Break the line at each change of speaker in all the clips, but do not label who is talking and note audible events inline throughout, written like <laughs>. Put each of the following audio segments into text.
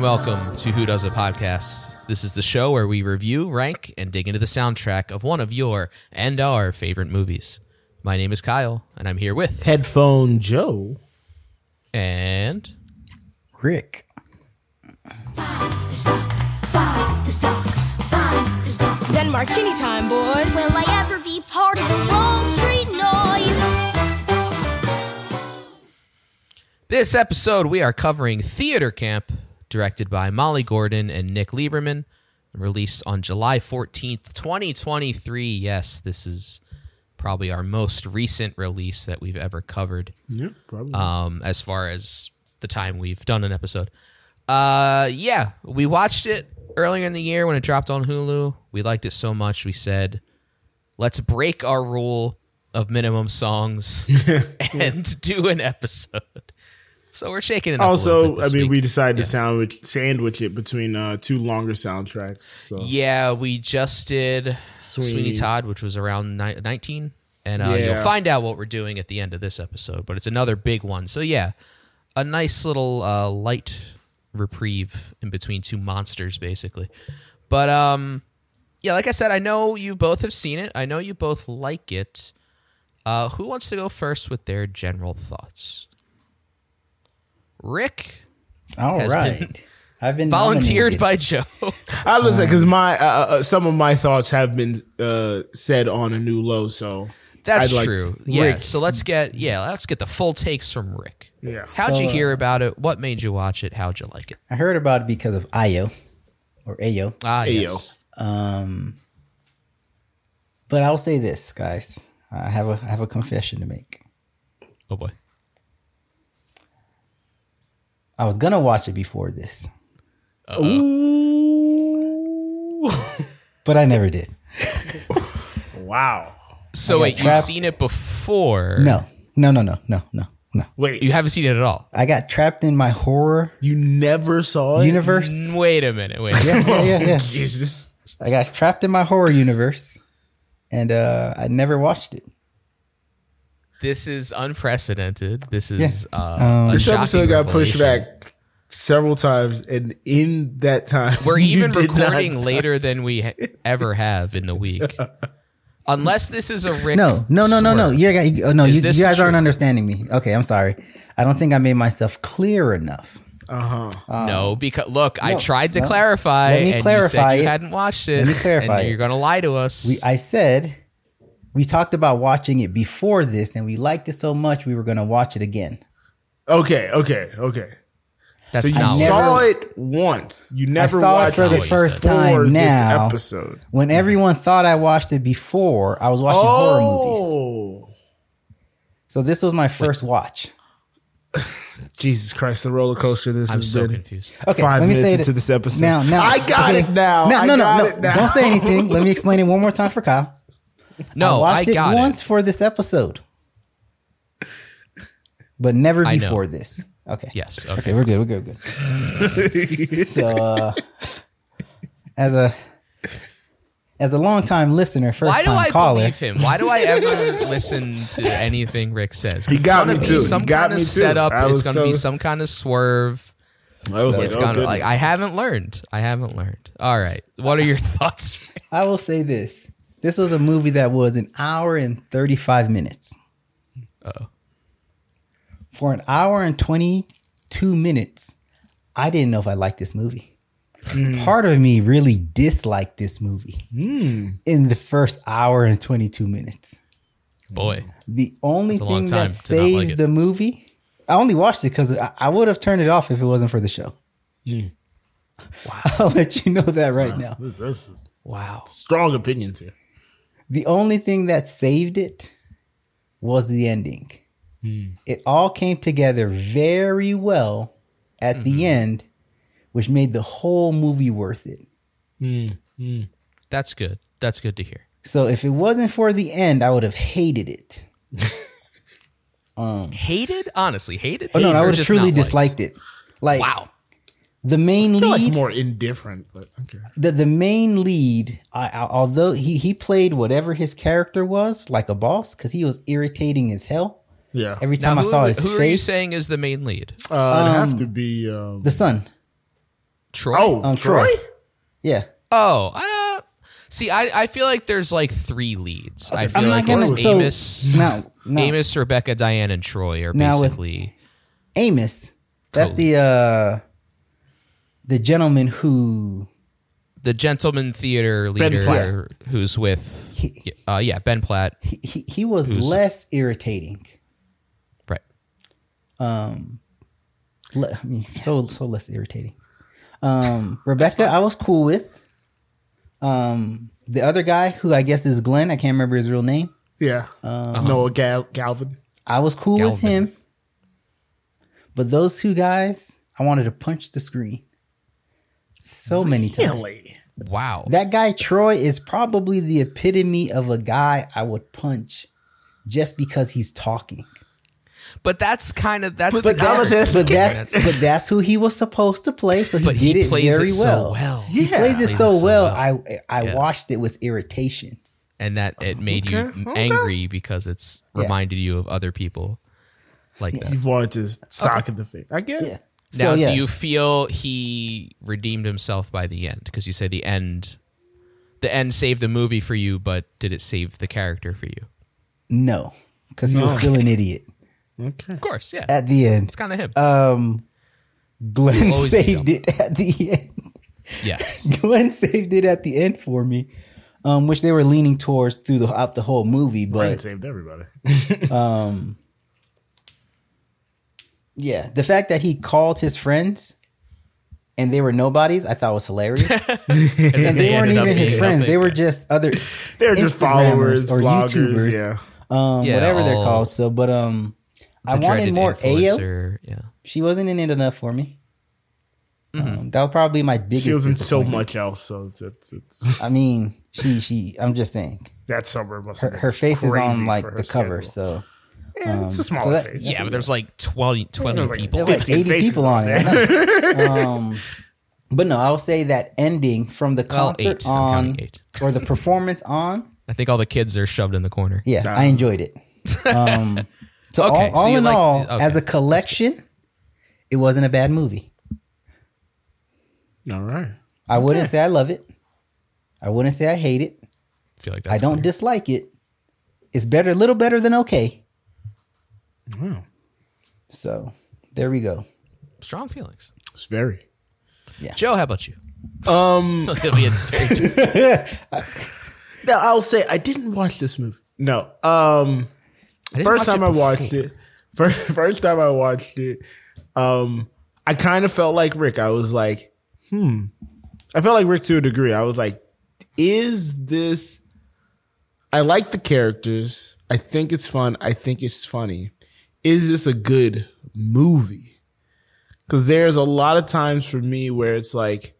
to Who Does a Podcast. This is the show where we review, rank, and dig into the soundtrack of one of your and our favorite movies. My name is Kyle, and I'm here with
Headphone Joe.
and
Rick.
Then martini time, boys.
Will I ever be part of the Wall Street noise?
this episode we are covering Theater Camp, directed by Molly Gordon and Nick Lieberman, released on July 14th, 2023. Yes, this is probably our most recent release that we've ever covered.
Yeah, probably.
um, as far as the time we've done an episode. Uh, yeah, we watched it earlier in the year when it dropped on Hulu. We liked it so much, we said, let's break our rule of minimum
<laughs>
songs and do an episode. So we're shaking it up. a little
also,
bit
I
this
mean,
week.
we decided to sandwich, sandwich it between uh, two longer soundtracks. So
yeah, we just did Sweeney,
Sweeney.
Todd, which was around ni- 19. And uh, you'll
Yeah.
find out what we're doing at the end of this episode, but it's another big one. So, yeah, a nice little uh, light reprieve in between two monsters, basically. But, um, yeah, like I said, I know you both have seen it. I know you both like it. Uh, who wants to go first with their general thoughts? Rick,
All
Has
right.
been
<laughs> I've been
volunteered
nominated.
by Joe. <laughs>
I listen because
Um,
my uh, uh, some of my thoughts have been uh, said on a new low. So
That's
I'd like
true.
to-
yeah.
Rick.
So let's get yeah, let's get the full takes from Rick.
Yeah. uh,
How'd you
So,
hear about it? What made you watch it? How'd you like it?
I heard about it because of Ayo or Ayo.
Ah,
Ayo.
yes.
But I'll say this, guys. I have a I have a confession to make.
Oh boy.
I was gonna watch it before this,
Uh,
but I never did.
wow.
So wait, you've
trapped.
seen it before?
No, no, no, no, no, no, no.
Wait,
you
you,
haven't seen it at all.
I got trapped in my horror
never saw it?
universe.
Wait a minute. Wait.
Yeah, yeah, yeah, yeah.
Jesus.
I got trapped in my horror universe, and uh, I never watched it.
This is unprecedented. This is uh,
Um,
a
This
shocking
episode got pushed
revelation.
back several times, and in that time,
<laughs>
We're
<laughs> you
even
did not
recording
sign-
later than we ha- ever have in the
<laughs>
week. Unless this is a Rick.
No, no, no, no, no.
swerve.
You got, oh, no,
Is
you,
this
you guys
true?
aren't understanding me. Okay, I'm sorry. I don't think I made myself clear enough.
Uh-huh.
No, because look, I
Uh-huh. no,
tried to
no.
clarify,
Let me
and you
clarify
said you
it.
hadn't watched it.
Let me clarify
and
it.
You're gonna lie to us.
We, I said we talked about watching it before this, and we liked it so much we were going to watch it again.
Okay, okay, okay.
That's
So you
not
I never-
saw it once. You never
I saw it
watched
for the
you
first
before
time
this
now.
episode.
When everyone thought I watched it before, I was watching horror movies.
Oh,
So this was my first watch.
Jesus Christ! The roller coaster. This
I'm
has
so
been.
confused.
Okay,
Five
let me
minutes
say
into
that-
this episode.
Now, now,
I got
okay.
it now.
No,
I
no,
got
no,
it
no.
now.
Don't say anything. Let me explain it one more time
<laughs>
for Kyle.
No, I,
I watched
got
it once for this episode, but never
I know.
before this. Okay.
Yes. Okay.
Okay, we're good. We're good.
<laughs>
We're good. so, uh, as a as a longtime listener, first
Why do
time
I
caller,
believe him? Why do
<laughs>
I ever listen to anything Rick says?
He got
it's
me
gonna
too.
Be some
He got
kind of
me too.
setup.
I
It's
was
gonna be
so-
some kind of swerve.
I was
It's
like, oh,
gonna like
goodness.
I haven't learned. I haven't learned. All right. What are your <laughs> thoughts?
I will say this: this was a movie that was an hour and thirty five minutes. Oh. For an hour and twenty two minutes, I didn't know if I liked this movie.
Hmm.
Part of me really disliked this movie
Hmm.
in the first hour and twenty two minutes.
Boy.
The only
That's a long
thing
time
that
to not like
saved
it.
the movie, I only watched it because I, I would have turned it off if it wasn't for the show. <laughs> I'll let you know that right now.
This- this is
Wow.
strong opinions here.
The only thing that saved it was the ending. It all came together very well at the end, which made the whole movie worth it.
That's good. That's good to hear.
So if it wasn't for the end, I would have hated it.
Hated? Honestly, hated?
Oh no,
Or
I would have
just
truly
not liked?
disliked it. Like
Wow.
the main
I feel
lead
like more indifferent, but okay.
the the main lead, I, I, although he he played whatever his character was like a boss, because he was irritating as hell
Yeah,
every
Now,
time I
who,
saw
are,
his
who
face.
are you saying is the main lead?
uh, it'd have to be. Um,
The son,
Troy.
Oh,
Um,
Troy?
Troy? Yeah.
Oh, uh, see, I, I feel like there's like three leads. I feel
I'm
like
not gonna-
it's
so-
Amos,
No, no. Amos.
Amos, Rebecca, Diane, and Troy are
Now with-
basically.
That's the uh the gentleman who
the gentleman theater
Ben
leader
Platt.
who's with uh, yeah ben platt
he, he, he was less irritating.
right
Le- I mean, so so less irritating. Um, Rebecca, I was cool with. Um, the other guy who I guess is Glenn, I can't remember his real name.
Yeah.
Um,
Noah Gal- Galvin.
I was cool with
Galvin.
him. But those two guys, I wanted to punch the screen. So many times.
Really?
wow
That guy Troy is probably the epitome of a guy I would punch just because he's talking.
but that's kind of that's
But
the guy-
that's, <laughs> but that's but that's who he was supposed to play, so he
but
did
he
it
plays
very
it
well.
so well
He plays it
Plays
so,
it so
well,
well.
I I
Yeah.
watched it with irritation.
and that it made
Okay,
you
okay.
angry because it's
Yeah.
reminded you of other people like that
You wanted to sock in the face. I get it.
Yeah.
now
so yeah,
do you feel he redeemed himself by the end because you say the end the end saved the movie for you but did it save the character for you
no, because he was still an idiot
Okay.
of course yeah
at the end.
it's kind of him
Um, Glenn
You'll always be
saved
dumb.
it at the end. <laughs>
yes
Glenn saved it at the end for me, um, which they were leaning towards through the, out the whole movie.
Brain
But
saved everybody. <laughs>
yeah, the fact that he called his friends and they were nobodies, I thought
<laughs>
was hilarious. <laughs> and they,
they
weren't
ended up
even his
being
friends; they
nothing.
were just other,
They're just
Instagrammers
followers,
or
vloggers.
YouTubers.
Yeah.
um,
Yeah,
whatever they're
all
called. So, but um, I wanted
Dreaded
more Ayo.
influencer, yeah
She wasn't in it enough for me.
Mm-hmm.
Um, that was probably my biggest.
She was in so
disappointment.
much else, so it's, it's, it's
I mean, she she. I'm just saying,
that summer must.
her,
have been
her face is
crazy
on like
for her
the cover,
schedule.
so.
Yeah, it's a smaller
um, that-
face.
Yeah, but there's like 20, 20
There's like
people.
There's like
15
80
faces
people
on
on it.
<laughs>
I know. um, but no, I'll say that ending from the
Well,
concert
Oh, eight. I'm counting
on
eight.
or the performance on.
I think all the kids are shoved in the corner.
Yeah, I enjoyed it.
<laughs>
Um, so
Okay,
all,
so
all
you
in
liked-
all,
okay,
as
that's
a
good.
collection, it wasn't a bad movie.
All right.
I wouldn't say I love it. I wouldn't say I hate it.
I feel like
I
that's
don't
clear.
dislike it. It's better, a little better than okay.
Wow,
So there we go.
strong feelings.
it's very.
Joe, how about you? <laughs> Um,
No, I'll say I didn't watch this movie. No. Um. first time I watched it. First, <laughs> first time I watched it. Um. I kind of felt like Rick. I was like, hmm. I felt like Rick to a degree. I was like, is this? I like the characters. I think it's fun. I think it's funny. Is this a good movie? Because there's a lot of times for me where it's like,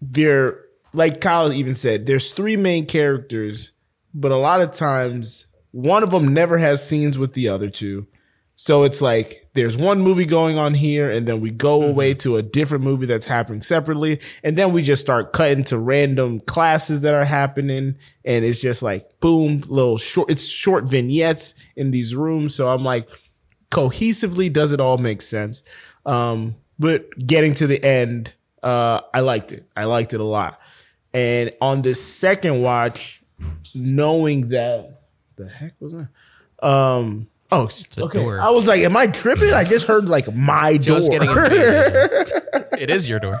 there like Kyle even said there's three main characters but a lot of times one of them never has scenes with the other two so it's like there's one movie going on here and then we go away to a different movie that's happening separately and then we just start cutting to random classes that are happening and it's just like boom little short it's short vignettes in these rooms so I'm like cohesively does it all make sense um but getting to the end uh i liked it i liked it a lot and on the second watch knowing that the heck was that um oh
a
okay
door.
i was like am i tripping i just heard like my door
Joe's getting
<laughs>
invaded. It is your door.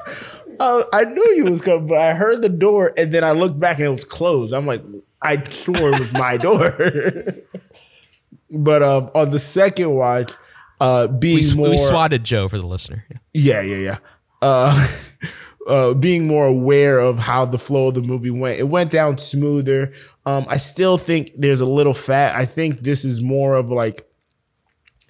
I, I knew you was coming but i heard the door and then i looked back and it was closed i'm like i swore it was my door <laughs> but um on the second watch uh being
We,
more
we swatted Joe for the listener. Yeah.
Yeah, yeah, yeah. Uh, <laughs> uh, being more aware of how the flow of the movie went, it went down smoother. Um, I still think there's a little fat. I think this is more of like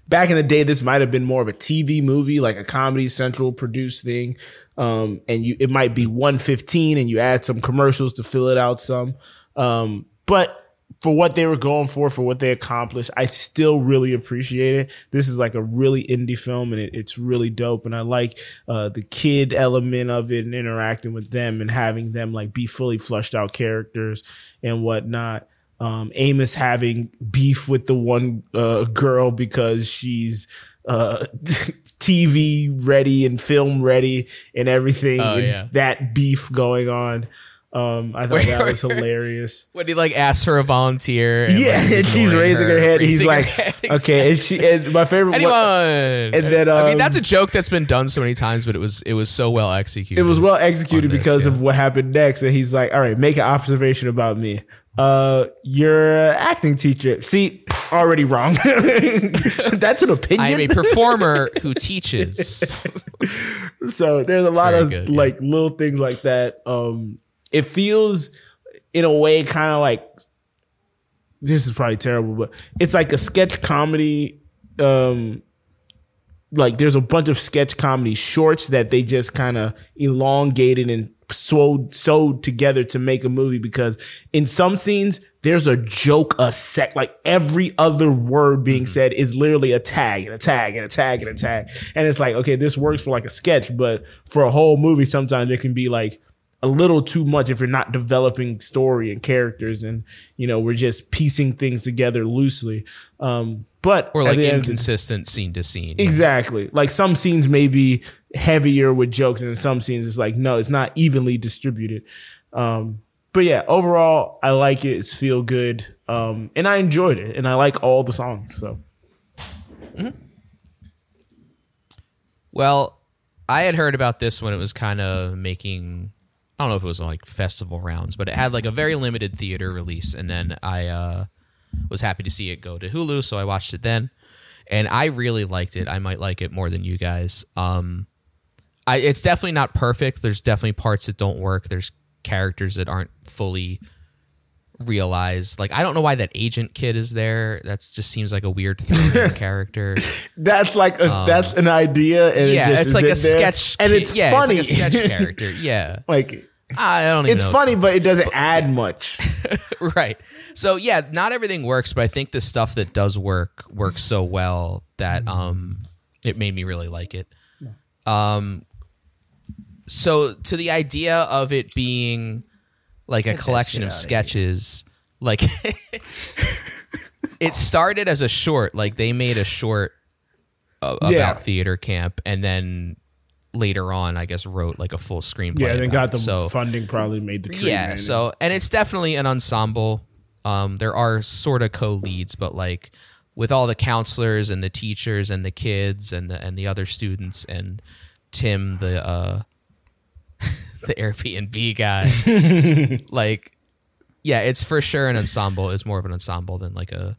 back in the day. This might have been more of a TV movie, like a Comedy Central produced thing. Um, and you, it might be 115, and you add some commercials to fill it out some. Um, but for what they were going for, for what they accomplished, I still really appreciate it. This is like a really indie film and it, it's really dope. And I like uh, the kid element of it and interacting with them and having them like be fully fleshed out characters and whatnot. Um, Amos having beef with the one uh, <laughs> girl because she's uh, TV ready and film ready and everything.
Oh,
and
yeah.
That beef going on. Um, I thought
Wait,
that
<laughs>
was
wait, wait.
hilarious.
When he like asks for a volunteer, and,
Yeah,
like,
and she's
ignoring
raising her, head. And he's
raising her
like,
head,
<laughs> okay. And she, and my
<laughs>
favorite
Anyone?
one,
And
then,
I
um,
mean, that's a joke that's been done so many times, but it was it was so well executed.
it was well executed
on this,
because
yeah.
of what happened next. And he's like, all right, make an observation about me. Uh, you're an acting teacher. See, already wrong. <laughs> That's an opinion.
I am
<laughs>
a performer who teaches.
So there's a lot
very
of
good, yeah.
like little things like that. Um, it feels in a way kind of like this is probably terrible, but it's like a sketch comedy. Um, like there's a bunch of sketch comedy shorts that they just kind of elongated and sewed, sewed together to make a movie because in some scenes there's a joke a sec like every other word being
Mm-hmm.
said is literally a tag and a tag and a tag and a tag and it's like okay this works for like a sketch but for a whole movie sometimes it can be like a little too much if you're not developing story and characters and you know we're just piecing things together loosely um but
or
at
like
the end of the-
inconsistent scene to scene.
Exactly. Like some scenes may be heavier with jokes, and in some scenes it's like no, it's not evenly distributed. Um, but yeah, overall, I like it. It's feel good, um, and I enjoyed it, and I like all the songs. So
Well, I had heard about this when it was kind of making. I don't know if it was like festival rounds, but it had like a very limited theater release, and then I uh, was happy to see it go to Hulu, so I watched it then, and I really liked it. I might like it more than you guys. Um, I it's definitely not perfect. There's definitely parts that don't work. There's characters that aren't fully realized. Like I don't know why that agent kid is there. That just seems like a weird throwaway character.
that's like a, that's an idea, and
Um, Yeah,
it just
it's
is
like
in
a
there,
sketch,
and
ca-
it's
yeah,
funny.
It's
<laughs>
like a sketch character. Yeah,
Like,
I don't. Even
it's
know.
funny, but it doesn't add
<laughs>
much.
right? So yeah, not everything works, but I think the stuff that does work works so well that
Mm-hmm.
um, it made me really like it. Um, so to the idea of it being like a collection of sketches, like <laughs> it started as a short. Like they made a short a- about
Yeah.
theater camp, and then later on, I guess, wrote like a full screenplay.
Yeah, and then
about
got
it.
the
so
funding, probably made the treatment.
yeah so and it's definitely an ensemble um there are sort of co-leads but like with all the counselors and the teachers and the kids and the and the other students and tim the uh <laughs> the airbnb guy
<laughs>
like yeah it's for sure an ensemble it's more of an ensemble than like a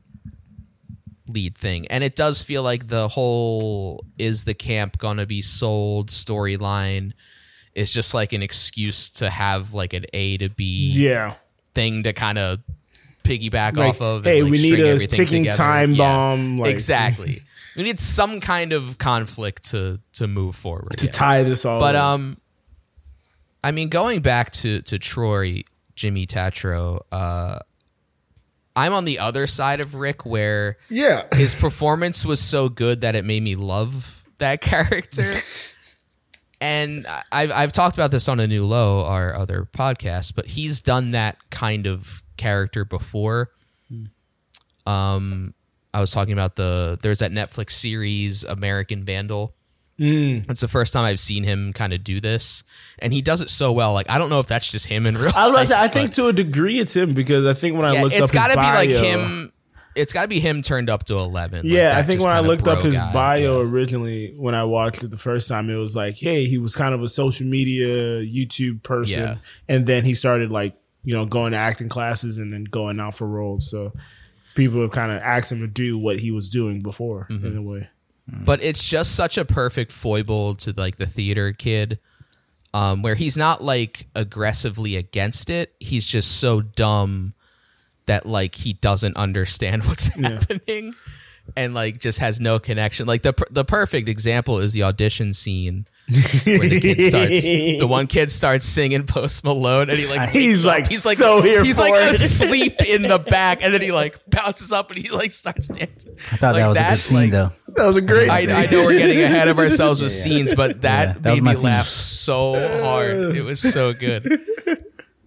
lead thing and it does feel like the whole is the camp gonna be sold storyline is just like an excuse to have like an a to b
yeah.
thing to kind of piggyback
Like,
off of.
hey,
and, like,
we need
string
a
everything
ticking
together.
time bomb, like-
exactly. we need some kind of conflict to to move forward.
To
yeah.
tie this all,
but
up.
um, I mean, going back to to Troy, Jimmy Tatro, uh, I'm on the other side of Rick where
yeah,
his performance was so good that it made me love that <laughs> character. and I- I've I've talked about this on a new low, our other podcast, but he's done that kind of character before. Um, I was talking about the there's that Netflix series American Vandal.
Mm.
It's the first time I've seen him kind of do this, and he does it so well. Like I don't know if that's just him in real.
I was about to
life,
say, I
but-
think to a degree it's him because I think when I
yeah,
looked
it's
up
got
his
to be
bio,
like him. It's got to be him turned up to eleven. like
Yeah,
that
I think
just
when I
kinda
looked up
bro
his
guy,
bio
yeah.
originally when I watched it the first time, it was like, hey, he was kind of a social media YouTube person,
Yeah.
and then he started like you know going to acting classes and then going out for roles. So people have kind of asked him to do what he was doing before
Mm-hmm.
in a way.
but it's just such a perfect foible to like the theater kid, um, where he's not like aggressively against it. He's just so dumb that like he doesn't understand <laughs> what's happening, and like just has no connection. Like the per- the perfect example is the audition scene. where the kid
<laughs>
starts, the one kid starts singing Post Malone, and he like
He's like,
He's like
so here
He's
for
like <laughs>
it.
asleep in the back, and then he like bounces up and he like starts dancing.
I thought
Like,
that was a good
that's,
scene,
like-
though.
that was a great.
I, I know we're
<laughs>
getting ahead of ourselves with scenes, but that,
Yeah, that was
made
my
me
scene.
laugh so hard. It was so good.
<laughs>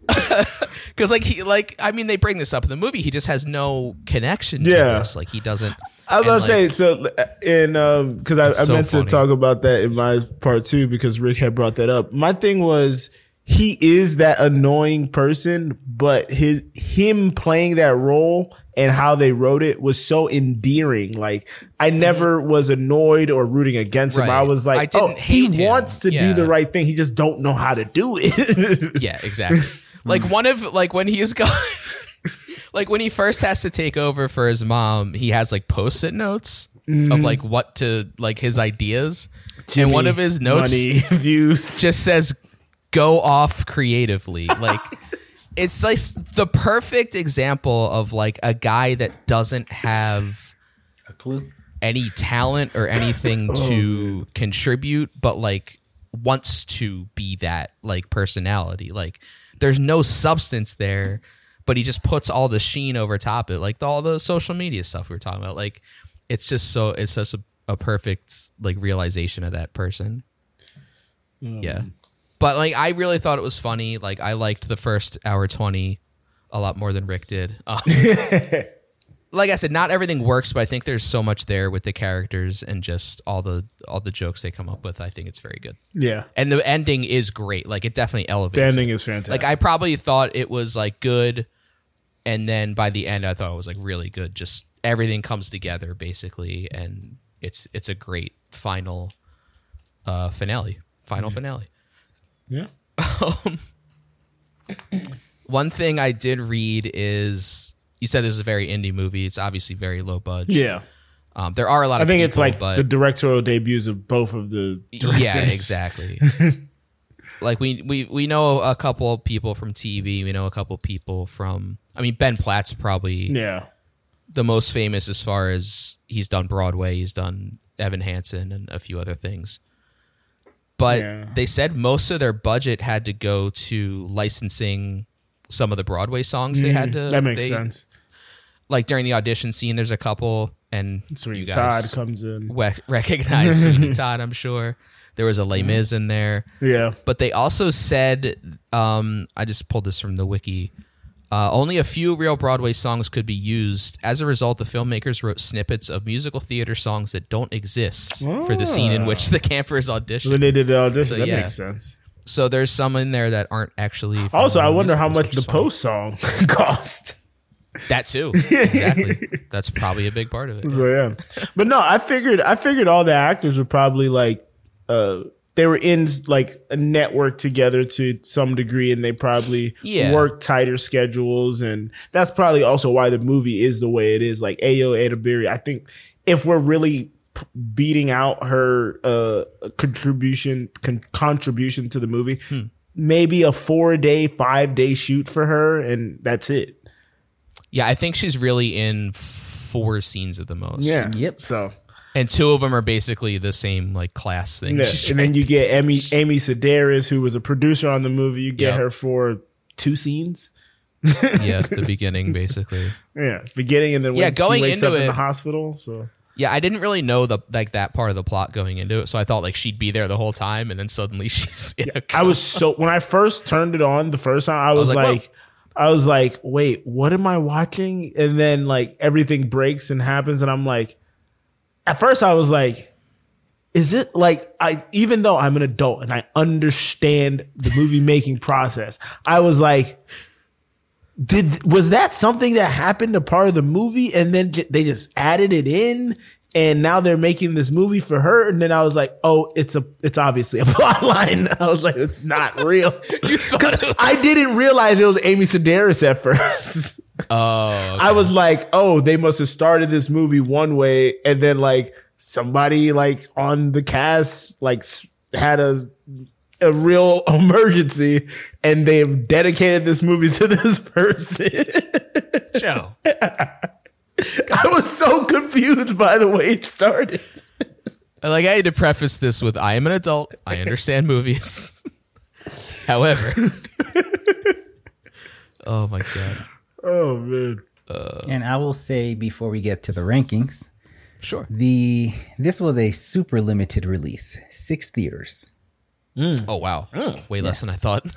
<laughs> Because like he like I mean they bring this up in the movie. He just has no connection.
Yeah.
to this. like he doesn't.
I was about to
And,
say so, uh, and um, because I, I
so
meant
funny.
to talk about that in my part two because Rick had brought that up. My thing was he is that annoying person, but his him playing that role and how they wrote it was so endearing. Like I never was annoyed or rooting against him.
Mm-hmm. Right.
I was like,
I didn't
oh, he
hate him.
wants to
Yeah.
do the right thing. He just don't know how to do it.
Yeah, exactly. like one of like when he's <laughs> going like when he first has to take over for his mom, he has like post-it notes of like what to like his ideas. <laughs> and one of his notes
money <laughs> views.
just says go off creatively. Like it's like the perfect example of like a guy that doesn't have
A clue.
any talent or anything to contribute, but like wants to be that like personality. Like there's no substance there, but he just puts all the sheen over top it, like all the social media stuff we were talking about. Like it's just so it's just a, a perfect like realization of that person. Yeah. But like I really thought it was funny. Like I liked the first hour twenty a lot more than Rick did. Um, like I said, not everything works, but I think there's so much there with the characters and just all the all the jokes they come up with. I think it's very good,
Yeah,
and the ending is great. Like it definitely elevates.
the
it.
ending is fantastic.
Like I probably thought it was like good, and then by the end I thought it was like really good. Just everything comes together basically, and it's it's a great final uh finale. Final finale.
yeah.
One thing I did read is you said this is a very indie movie. It's obviously very low budget.
Yeah.
Um, there are a lot.
I
of
think it's
people,
like
but
the directorial debuts of both of the directors.
Yeah, exactly. like we, we we know a couple of people from TV. We know a couple of people from. I mean, Ben Platt's probably
<laughs> Yeah.
the most famous as far as he's done Broadway. He's done Evan Hansen and a few other things. But
Yeah.
they said most of their budget had to go to licensing some of the Broadway songs they had to.
Mm, That makes
they-
sense.
Like during the audition scene, there's a couple, and
Sweeney
you guys
Todd comes in.
<laughs> we- recognize Sweeney Todd. I'm sure there was a Les Mis in there.
Yeah.
But they also said, um, I just pulled this from the wiki. Uh, only a few real Broadway songs could be used. As a result, the filmmakers wrote snippets of musical theater songs that don't exist for the scene in
Ah.
which the campers audition.
When they did the audition, that
yeah.
makes sense.
So there's some in there that aren't actually. from
Also, I wonder how
musicals,
much the
which is
post song <laughs> cost.
fine. That
<laughs>
too, exactly. That's probably a big part of it.
So yeah. But no, I figured I figured all the actors were probably like uh they were in like a network together to some degree and they probably
Yeah.
worked tighter schedules and that's probably also why the movie is the way it is. Like Ayo Edabiri, I think if we're really p- beating out her uh contribution con- contribution to the movie, maybe a 4-day, 5-day shoot for her and that's it.
Yeah, I think she's really in four scenes at the most.
Yeah.
Yep.
So
and two of them are basically the same like class thing.
Yeah, and then you get Amy Amy Sedaris, who was a producer on the movie. You get
Yeah.
her for two scenes.
<laughs> yeah, at the beginning basically.
Yeah, beginning and then when
Yeah, going
she wakes
into
up in
it-
the hospital. So
Yeah, I didn't really know the like that part of the plot going into it, so I thought like she'd be there the whole time, and then suddenly <laughs> she's in a
I was so when I first turned it on the first time, I was,
like,
like.
"Whoa."
I was like, wait, what am I watching? And then like everything breaks and happens, and I'm like, at first I was like, is it like I even though I'm an adult and I understand the movie making process, I was like, did was that something that happened a part of the movie and then j- they just added it in and now they're making this movie for her and then I was like, oh, it's a it's obviously a <laughs> plot line. I was like, it's not real. <laughs> 'Cause I didn't realize it was Amy Sedaris at first. <laughs>
oh,
I was like, oh, they must have started this movie one way, and then like somebody like on the cast like s- had a a real <laughs> emergency, and they've dedicated this movie to <laughs> this person. <laughs>
<laughs> Joe.
I was so confused by the way it started.
Like I had to preface this with I am an adult. I understand movies. <laughs> However, <laughs> oh my god,
Oh man,
And I will say before we get to the rankings,
sure.
the this was a super limited release, six theaters.
Oh wow,
Mm.
way less than I thought. <laughs>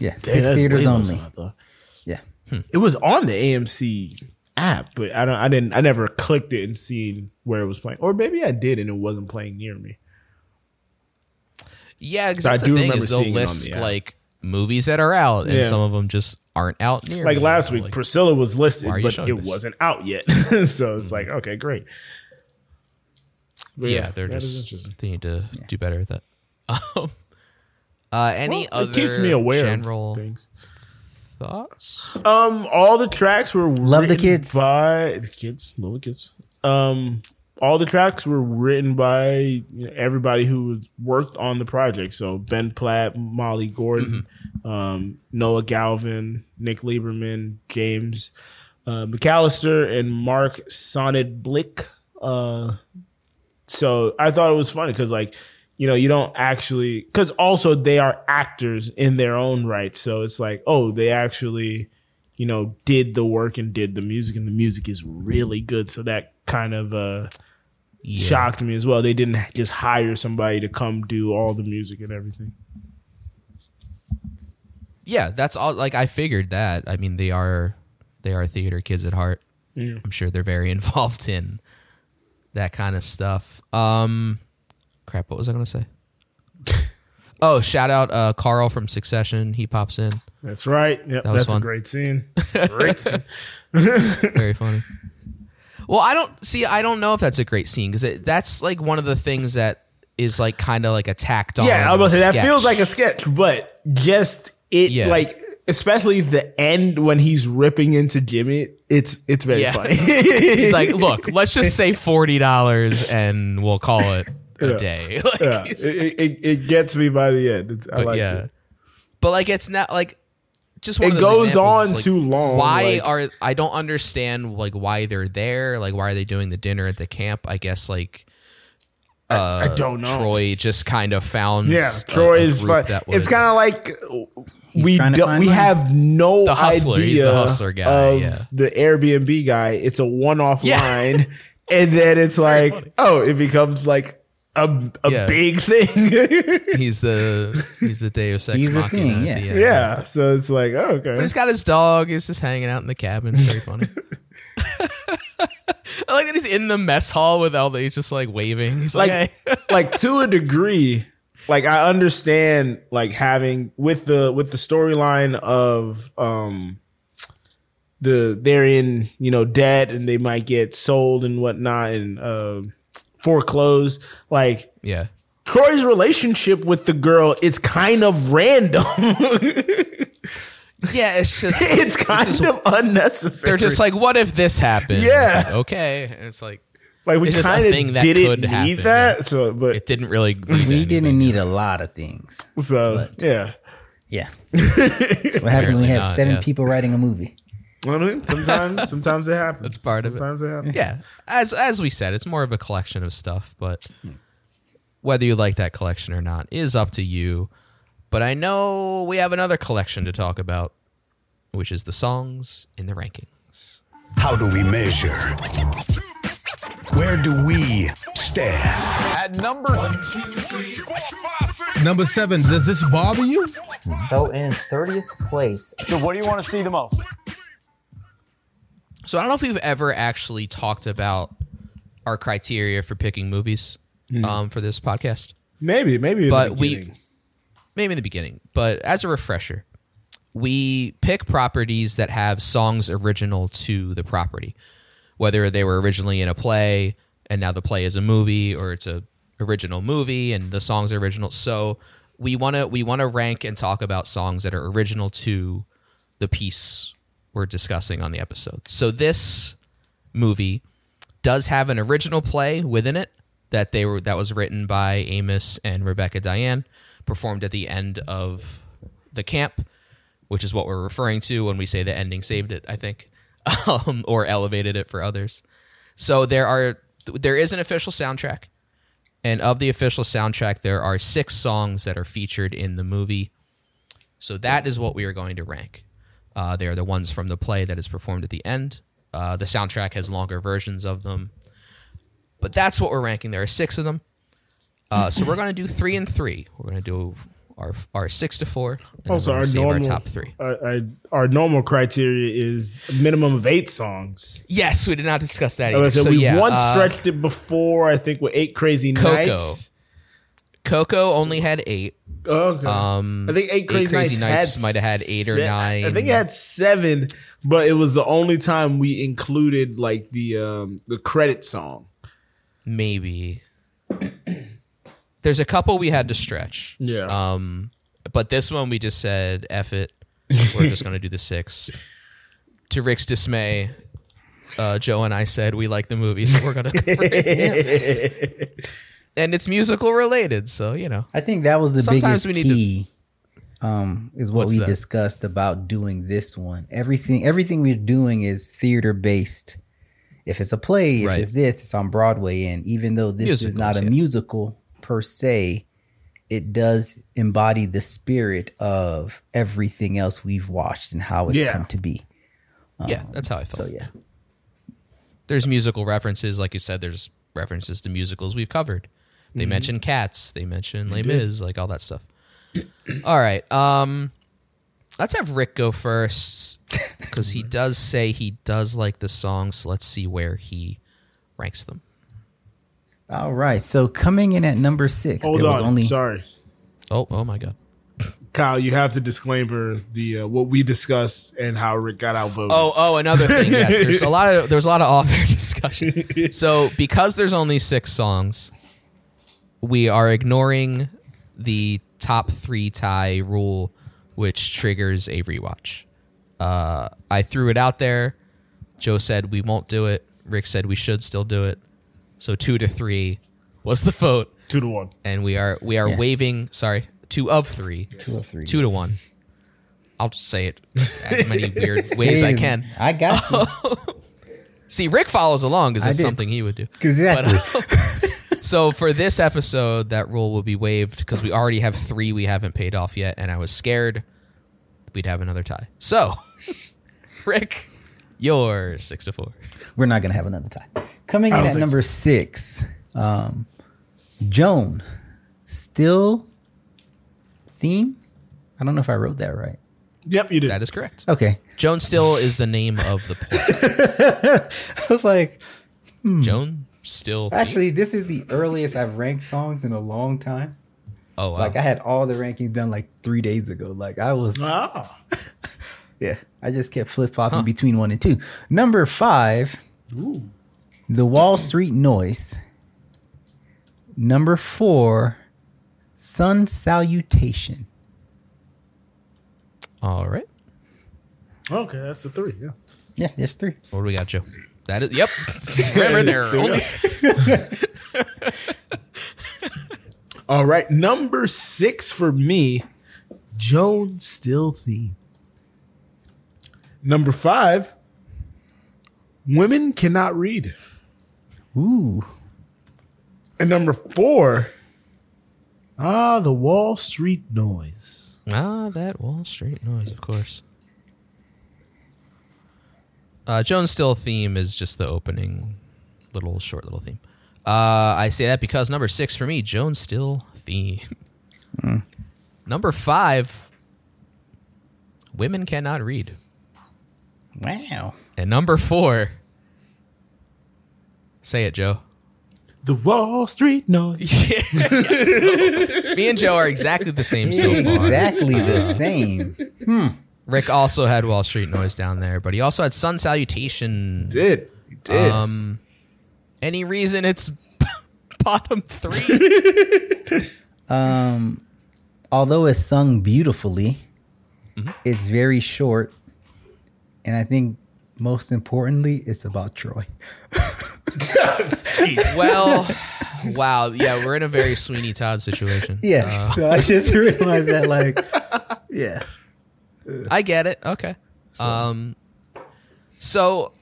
Yeah, six theaters only. Yeah.
It was on the AMC app, but I don't. I didn't. I never clicked it and seen where it was playing, or maybe I did and it wasn't playing near me.
Yeah, because
So I
that's
do
the thing
remember
is they'll
seeing it on the
list
app.
like movies that are out, and
Yeah.
some of them just aren't out near.
Like
me.
last
I'm
week,
like,
Priscilla was listed,
why are you
but
showing
it
this? Mm-hmm.
wasn't out yet. <laughs> so it's like, okay, great. But
yeah, they're
that is
just
interesting.
they need to do better at that. <laughs> Um, uh, any
Well,
other
it keeps me aware
general
of things.
thoughts?
Um, all the tracks were
Love the
written
Kids.
by the kids. Love the kids. Um, all the tracks were written by you know, everybody who was worked on the project. So Ben Platt, Molly Gordon,
Mm-hmm.
um, Noah Galvin, Nick Lieberman, James uh, McAllister, and Mark Sonnet Blick. Uh, so I thought it was funny because like you know you don't actually because also they are actors in their own right. So it's like oh they actually you know did the work and did the music and the music is really good. So that kind of uh
Yeah.
shocked me as well. They didn't just hire somebody to come do all the music and everything.
yeah, that's all. Like I figured that. I mean, they are they are theater kids at heart. I'm sure they're very <laughs> involved in that kind of stuff. Um, crap. What was I gonna
<laughs>
say? oh, shout out uh, Carl from Succession. He pops in.
That's right. Yep,
was
that's a
fun. Oh, <laughs>
great scene. Great scene.
Very funny. Well, I don't see. I don't know if that's a great scene because that's like one of the things that is like kind of like a tacked on.
Yeah, I was gonna say that
sketch.
feels like a sketch, but just it
Yeah.
like especially the end when he's ripping into Jimmy, it's it's very
Yeah. <laughs>
funny.
He's
<laughs>
like, look, let's just say forty dollars and we'll call it a day. <laughs> Like,
yeah, it,
he's-
it, it- it gets me by the end. It's, I
but
like
yeah,
it.
but like it's not like just one
It
of those
goes
examples,
on
like,
too long,
Why
like-
are I don't understand like why they're there? Like why are they doing the dinner at the camp? I guess like
I don't know.
uh, Troy just kind of found
yeah,
a-
Troy
a
is
group
fun.
that
It's
would-
kind of like we
trying to
do,
find
we
money.
have no
The hustler.
idea
He's the hustler guy,
of
yeah.
the Airbnb guy. It's a one-off
Yeah. <laughs>
line, and then it's like, oh, it becomes like a a
Yeah.
big thing. <laughs>
he's the he's the Deus Ex
He's the
Machina.
thing,
at
yeah.
the end.
Yeah, so it's like, oh, okay.
He's got his dog. He's just hanging out in the cabin. It's very <laughs> funny. I like that he's in the mess hall with all the. He's just like waving. He's like,
Like,
<laughs> "Hey."
<laughs> like to a degree, like I understand, like having with the with the storyline of um the they're in you know debt and they might get sold and whatnot and uh, foreclosed. Like
yeah,
Troy's relationship with the girl, it's kind of random. <laughs>
yeah. It's <laughs> just
it's kind of unnecessary.
they're just like, what if this happened?
Yeah.
It's like, okay. And it's like
like we
it's just a
kind of
thing that
didn't
could
need
happen, yeah.
that. So, but
it didn't really.
We didn't need a lot of things.
so yeah.
<laughs>
Yeah. That's what happens when
Apparently
you have
not,
seven
yeah.
people writing a movie?
You know what I mean? Sometimes, sometimes it happens. That's
part of it.
sometimes it. happens.
Yeah, as as we said, it's more of a collection of stuff, but
Hmm.
whether you like that collection or not is up to you. But I know we have another collection to talk about, which is the songs in the ranking.
How do we measure? Where do we stand?
At number
Number seven, does this bother you?
So in 30th place,
So what do you want to see the most?
So I don't know if we've ever actually talked about our criteria for picking movies um, for this podcast.
Maybe, maybe. in the
but we
beginning.
maybe in the beginning but as a refresher we pick properties that have songs original to the property whether they were originally in a play and now the play is a movie or it's a original movie and the songs are original so we want to we want to rank and talk about songs that are original to the piece we're discussing on the episode so this movie does have an original play within it that they were that was written by Amos and Rebecca Diane, performed at the end of the camp, which is what we're referring to when we say the ending saved it, I think, <laughs> um, or elevated it for others. So there are there is an official soundtrack, and of the official soundtrack, there are six songs that are featured in the movie. So that is what we are going to rank. Uh, they are the ones from the play that is performed at the end. Uh, the soundtrack has longer versions of them, but that's what we're ranking. There are six of them. Uh, so we're going to do three and three. We're going to do our our six to four. and then
Also,
we'll
our
save
normal
top three.
Our, our, our normal criteria is a minimum of eight songs.
Yes, we did not discuss that.
Like I
Either.
said,
So
we
yeah,
once
uh,
stretched it before. I think with eight crazy
Coco.
nights.
Coco only had eight.
Okay. I think eight crazy,
Um, Crazy
nights,
Nights might have had eight or
se- I
nine.
think it had seven, but it was the only time we included like the um the credit song.
maybe <clears throat> there's a couple we had to stretch
Yeah.
um but this one we just said F it we're just gonna do the six to rick's dismay uh joe and i said we like the movie so we're gonna <laughs> cover it and it's musical related so you know
I think that was the
Sometimes
biggest
we need to-
key. um, is what
What's
we
that?
discussed about doing this one. Everything, everything we're doing is theater based. If it's a play,
Right.
if it's this, it's on Broadway, and even though this is not a
Musicals, yeah.
musical per se, it does embody the spirit of everything else we've watched and how it's
Yeah.
come to be.
yeah that's how i felt
Oh. So yeah,
there's musical references like you said there's references to musicals we've covered they mention cats they mention les mis like all that stuff <clears throat> all right um let's have rick go first because he does say he does like the songs so let's see where he ranks them
all right. So coming in at number six,
Hold
there
on,
was only
sorry,
oh oh my god
Kyle. You have to disclaimer the uh, what we discussed and how Rick got outvoted.
Oh, oh, another thing.
<laughs>
Yes, there's a lot of there's a lot of off air <laughs> discussion. So because there's only six songs, we are ignoring the top three tie rule, which triggers a rewatch. Uh, I threw it out there. Joe said we won't do it. Rick said we should still do it. So two to three was the vote,
two to one.
and we are we are
Yeah.
waiving. Sorry, two of three.
two or three.
Two to one. I'll just say it <laughs> as many
<laughs>
weird ways I can.
I got
<laughs>
you.
See, Rick follows along because
I
it's
did.
something he would do.
exactly.
So for this episode, that rule will be waived because we already have three we haven't paid off yet, and I was scared we'd have another tie. So, <laughs> Rick, you're six to four.
we're not gonna have another time. Coming in
don't
at
think
number six, um, Joan, still theme. I don't know if I wrote that right.
Yep, you did.
That is correct.
<laughs> Okay,
Joan Still is the name of the play.
I was like,
Joan Still.
actually, this is the earliest I've ranked songs in a long time.
oh wow.
Like I had all the rankings done like three days ago. Like I was,
Ah,
<laughs> yeah, I just kept flip flopping between one and two. Number five, the Wall Street Noise. Number four, Sun Salutation.
All right.
okay, that's the three. Yeah,
Yeah, there's three.
What do we got, Joe? That is. Yep. <laughs> Remember there. are only-
All right, number six for me, Joan Still theme. Number five, women cannot read,
Ooh.
and number four, ah, the Wall Street noise.
Ah, that Wall Street noise, of course. Uh, Jones Still theme is just the opening, little short little theme. Uh, I say that because number six for me, Jones Still theme. Number five, women cannot read,
Wow.
and number four, say it, Joe.
The Wall Street noise.
<laughs> Me and Joe are exactly the same so far. <laughs>
Exactly the same.
Rick also had Wall Street noise down there, but he also had Sun Salutation
Did you did
Um, any reason it's <laughs> bottom three?
Although it's sung beautifully,
Mm-hmm.
it's very short. And I think most importantly, it's about Troy.
well, wow. Yeah, we're in a very Sweeney Todd situation.
Yeah. <laughs> so I just realized that, like, yeah.
I get it. Okay. Um, so,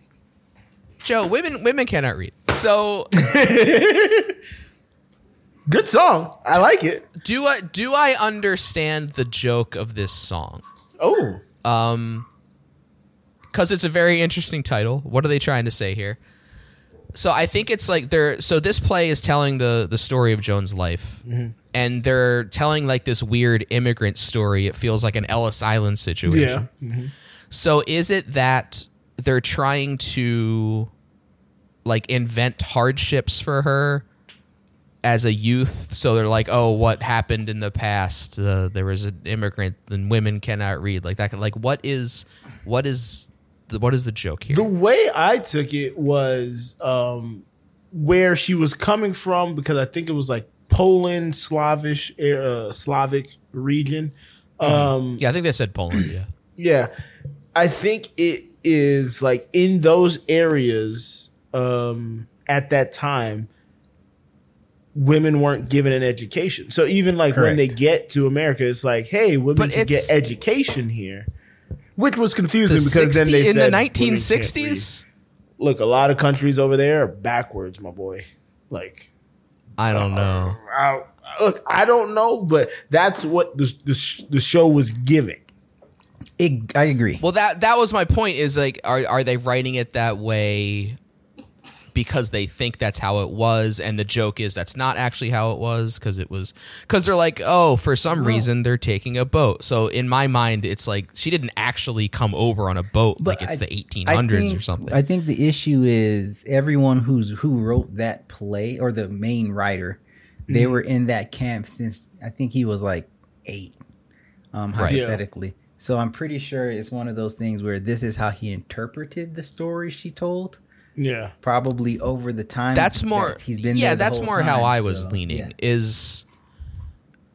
Joe, women women cannot read. So,
good song. I like it.
do I do I understand the joke of this song?
Oh,
because it's a very interesting title. What are they trying to say here? So I think it's like they're so this play is telling the the story of Joan's life and they're telling like this weird immigrant story. It feels like an Ellis Island situation. So is it that they're trying to like invent hardships for her as a youth? So they're like, oh, what happened in the past? Uh, there was an immigrant, and women cannot read like that. Like, what is what is the, what is the joke here?
The way I took it was um, where she was coming from because I think it was like Poland, Slavish, uh, Slavic region. Um,
yeah, I think they said Poland. Yeah,
yeah, I think it is like in those areas um, at that time, women weren't given an education. So even like when they
Correct.
get to America, it's like, hey, women
But
can get
it's-
education here. Which was confusing
The
<clears throat> because then
60
they
in
said
the
women can't read.
nineteen sixties.
Look, a lot of countries over there are backwards, my boy. Like
I don't know.
I, look, I don't know, but that's what the the, sh- the show was giving.
It, I agree.
Well, that that was my point. Is like, are are they writing it that way because they think that's how it was, and the joke is that's not actually how it was because it was because they're like, oh, for some reason they're taking a boat. So in my mind, it's like she didn't actually come over on a boat. like it's
I-
the eighteen
I
hundreds
think-
or something.
I think the issue is everyone who's who wrote that play or the main writer, they were in that camp since I think he was like eight, um,
Right. Yeah.
hypothetically. So I'm pretty sure it's one of those things where this is how he interpreted the story she told,
Yeah,
probably over the time.
that's more
that he's been.
yeah
there the
that's
whole
more how
time,
i was
so,
leaning
yeah.
is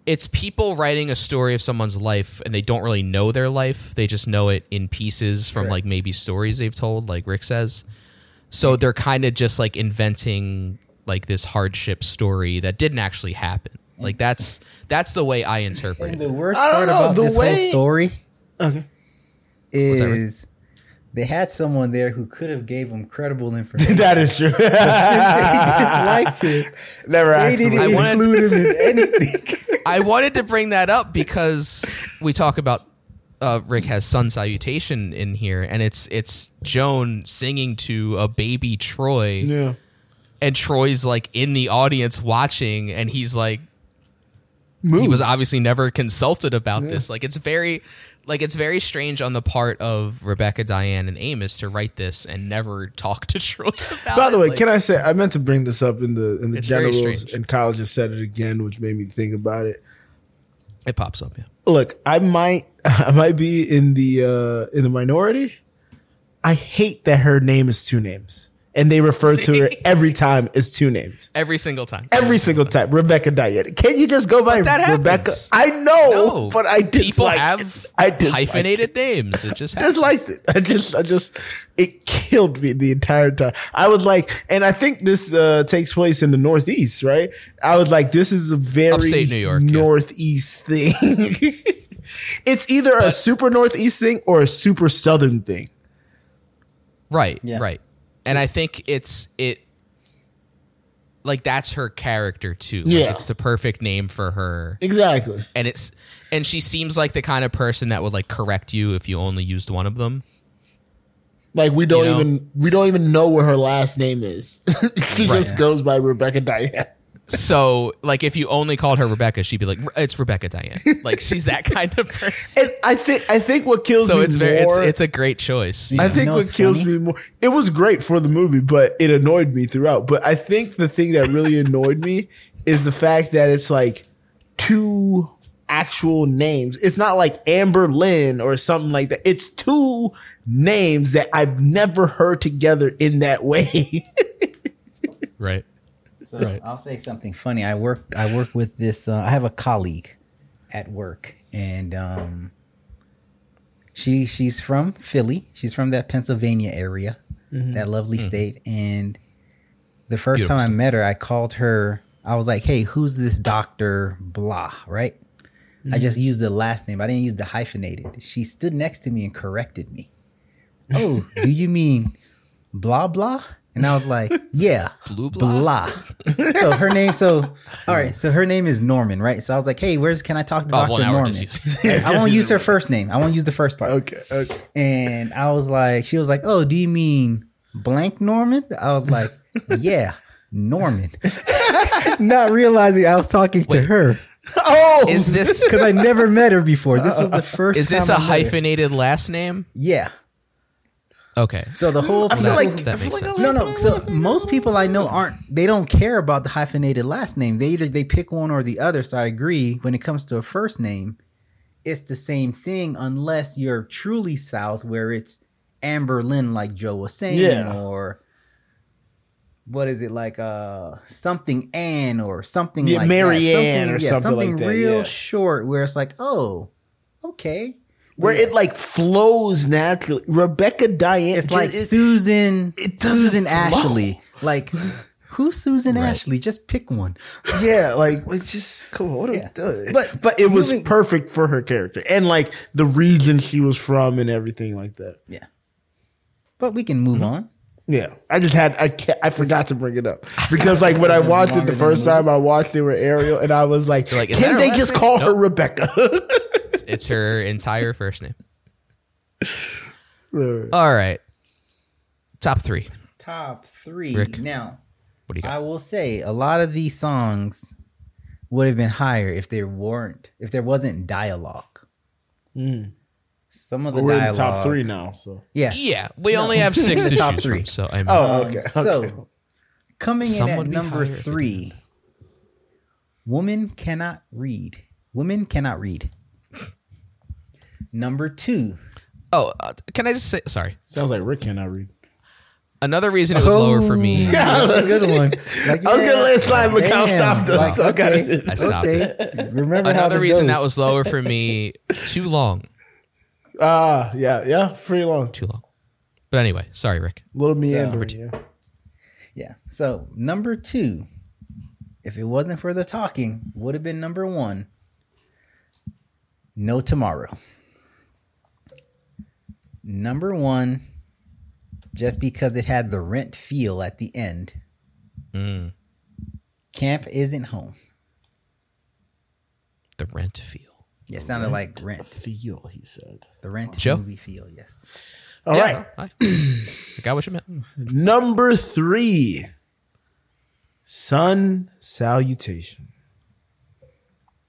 it's people writing a story of someone's life and they don't really know their life they just know it in pieces from like maybe stories they've told like rick says so they're kind of just like inventing like this hardship story that didn't actually happen
Mm.
like that's that's the way i interpret
And
it
the worst
I don't
part
know,
about
the
this
way-
whole story
Okay.
that, Rick?
is they had someone there who could have gave
<laughs>
them credible
<laughs>
information.
that is true. <laughs>
disliked it.
Never
They
actually.
didn't
I wanted-
include him in anything.
I wanted to bring that up because we talk about uh, Rick has sun salutation in here, and it's it's Joan singing to a baby Troy,
Yeah.
and Troy's like in the audience watching, and he's like, he
Moved.
was obviously never consulted about this. Like it's very, like it's very strange on the part of Rebecca, Diane, and Amos to write this and never talk to Troy <laughs> about.
By the
it.
way,
Like,
can I say I meant to bring this up in the in the
It's very
generals
strange.
and Kyle just said it again, which made me think about it.
It pops up. Yeah.
Look, I might <laughs> I might be in the uh in the minority. I hate that her name is two names. And they refer to
<laughs>
her every time as two names.
Every single time.
Every single time, Rebecca Diane. Can't you just go by
that happens.
Rebecca? I know,
No,
but I
Oh,
dislike
people
it.
have
I dislike
hyphenated names. It
<laughs>
just happens.
disliked it. I just, I just, it killed me the entire time. I was like, and I think this uh, takes place in the Northeast, right? I was like, this is a very
Upstate New York, yeah.
Northeast thing. <laughs> it's either a super Northeast thing or a super Southern thing.
Right,
Yeah.
right. And I think it's it like that's her character too.
Yeah.
Like it's the perfect name for her.
Exactly.
And it's and she seems like the kind of person that would like correct you if you only used one of them.
Like we don't
You know?
even, we don't even know what her last name is. <laughs> she just goes by Rebecca Diane.
So like if you only called her Rebecca, she'd be like it's Rebecca
<laughs>
Diane. Like she's that kind of person.
And I think, I think what kills
So
me
it's very it's
more-
it's a great choice.
I
You
think
know
what
what's
kills
funny?
me more, it was great for the movie, but it annoyed me throughout. But I think the thing that
<laughs>
really annoyed me is the fact that it's like two actual names. It's not like Amber Lynn or something like that. It's two names that I've never heard together in that <laughs> way.
Right.
So
Right.
I'll say something funny. I work. I work with this. Uh, I have a colleague at work, and um, she she's from Philly. She's from that Pennsylvania area, that lovely state. And the first
Mm-hmm. Beautiful
time I
state.
met her, I called her. I was like, "Hey, who's this doctor?" Blah. Right.
Mm-hmm.
I just used the last name. I didn't use the hyphenated. She stood next to me and corrected me. Oh, do you mean blah blah? And I was like, yeah,
Blue blah?
blah. So her name, so all right, so her name is Norman, right? So I was like, hey, where's can I talk to
Oh,
Doctor
well, now we're
Norman?
just
<laughs> I won't use her first name. I won't use the first part.
okay, <laughs> okay.
And I was like, she was like, oh, do you mean blank Norman? <laughs> I was like, yeah, Norman. not realizing I was talking to
Wait.
her
Oh,
Is
<laughs>
this
because I never met her before. This was the first.
is this
time
a
I met her.
hyphenated last name?
Yeah.
Okay.
So the whole
I feel
That,
like-
that makes sense.
no, no. So most people I know aren't. They don't care about the hyphenated last name. They either they pick one or the other. So I agree. When it comes to a first name, it's the same thing unless you're truly South, where it's Amber Lynn, like Joe was saying,
Yeah.
or what is it like uh something Ann or something
Yeah,
like
Mary
that.
Ann or something like that,
real
yeah.
short, where it's like, oh, okay,
where it like flows naturally. Rebecca Diane.
It's like
it-
Susan.
it doesn't
Susan
flow.
Ashley.
<laughs>
Like, who's Susan Ashley? Just pick one.
yeah, like it's just come on, what are we
Yeah.
doing?
But-
but it was
moving-
perfect for her character and like the region she was from and everything like that.
Yeah. But we can
Hmm?
move on.
Yeah, I just had I ca I forgot to bring it up
<laughs>
because like when I watched it
Longer
the
than
first
the movie.
time I watched it with Ariel and I was like,
You're like, is that
can
her
they
last
just
name?
call her
Nope. <laughs>
Rebecca?
It's her entire first name. All right. Top three.
Top three.
Rick.
Now,
What do you
I
got?
will say a lot of these songs would have been higher if there weren't if there wasn't dialogue. Hmm. Some of the
We're in the
dialogue.
top three now, so
Yeah.
<laughs> yeah, we only have six
The
to
<laughs> top
choose
three.
from, so I'm
oh okay.
So, coming
Some
in at
would be
number
higher if it
three, woman cannot read. Women cannot read. Number two,
Oh, uh, can I just say sorry?
Sounds like Rick cannot read.
Another reason it
Oh.
was lower for
<laughs>
me.
<laughs> good one.
I was gonna let it slide, but Kyle stopped us. so I got it.
I stopped it.
Remember how
Another
this
reason
goes.
that was lower for me. Too long.
Ah, yeah, yeah, free long,
Too long. But anyway, sorry, Rick.
little meandering. yeah.
Yeah. So number two, if it wasn't for the talking, would have been number one. No tomorrow. Number one, just because it had the rent feel at the end. Camp isn't home.
The rent feel.
It sounded like rent.
Feel he said.
The rent
Joe?
movie feel. Yes.
All right,
I, I got what you meant.
number three, sun salutation.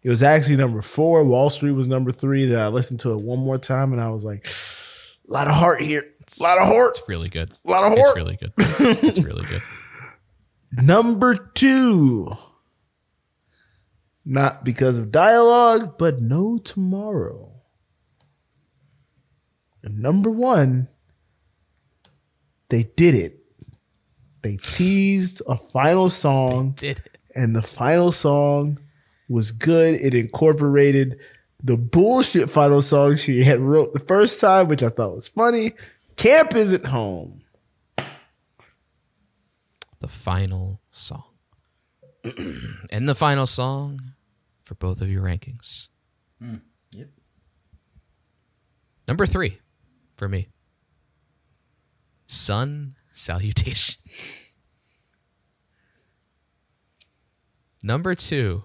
It was actually number four. Wall Street was number three. Then I listened to it one more time, and I was like, a lot of heart here, a lot of heart.
It's really good.
Lot of
It's
whore.
really
<laughs>
good. It's really good.
Number two, not because of dialogue, but no tomorrow. And number one, they did it. They teased a final song,
Did it.
and the final song was good. It incorporated the bullshit final song she had wrote the first time, which I thought was funny. Camp isn't home.
the final song. <clears throat> and the final song for both of your rankings.
yep.
Number three for me Sun Salutation. <laughs> Number two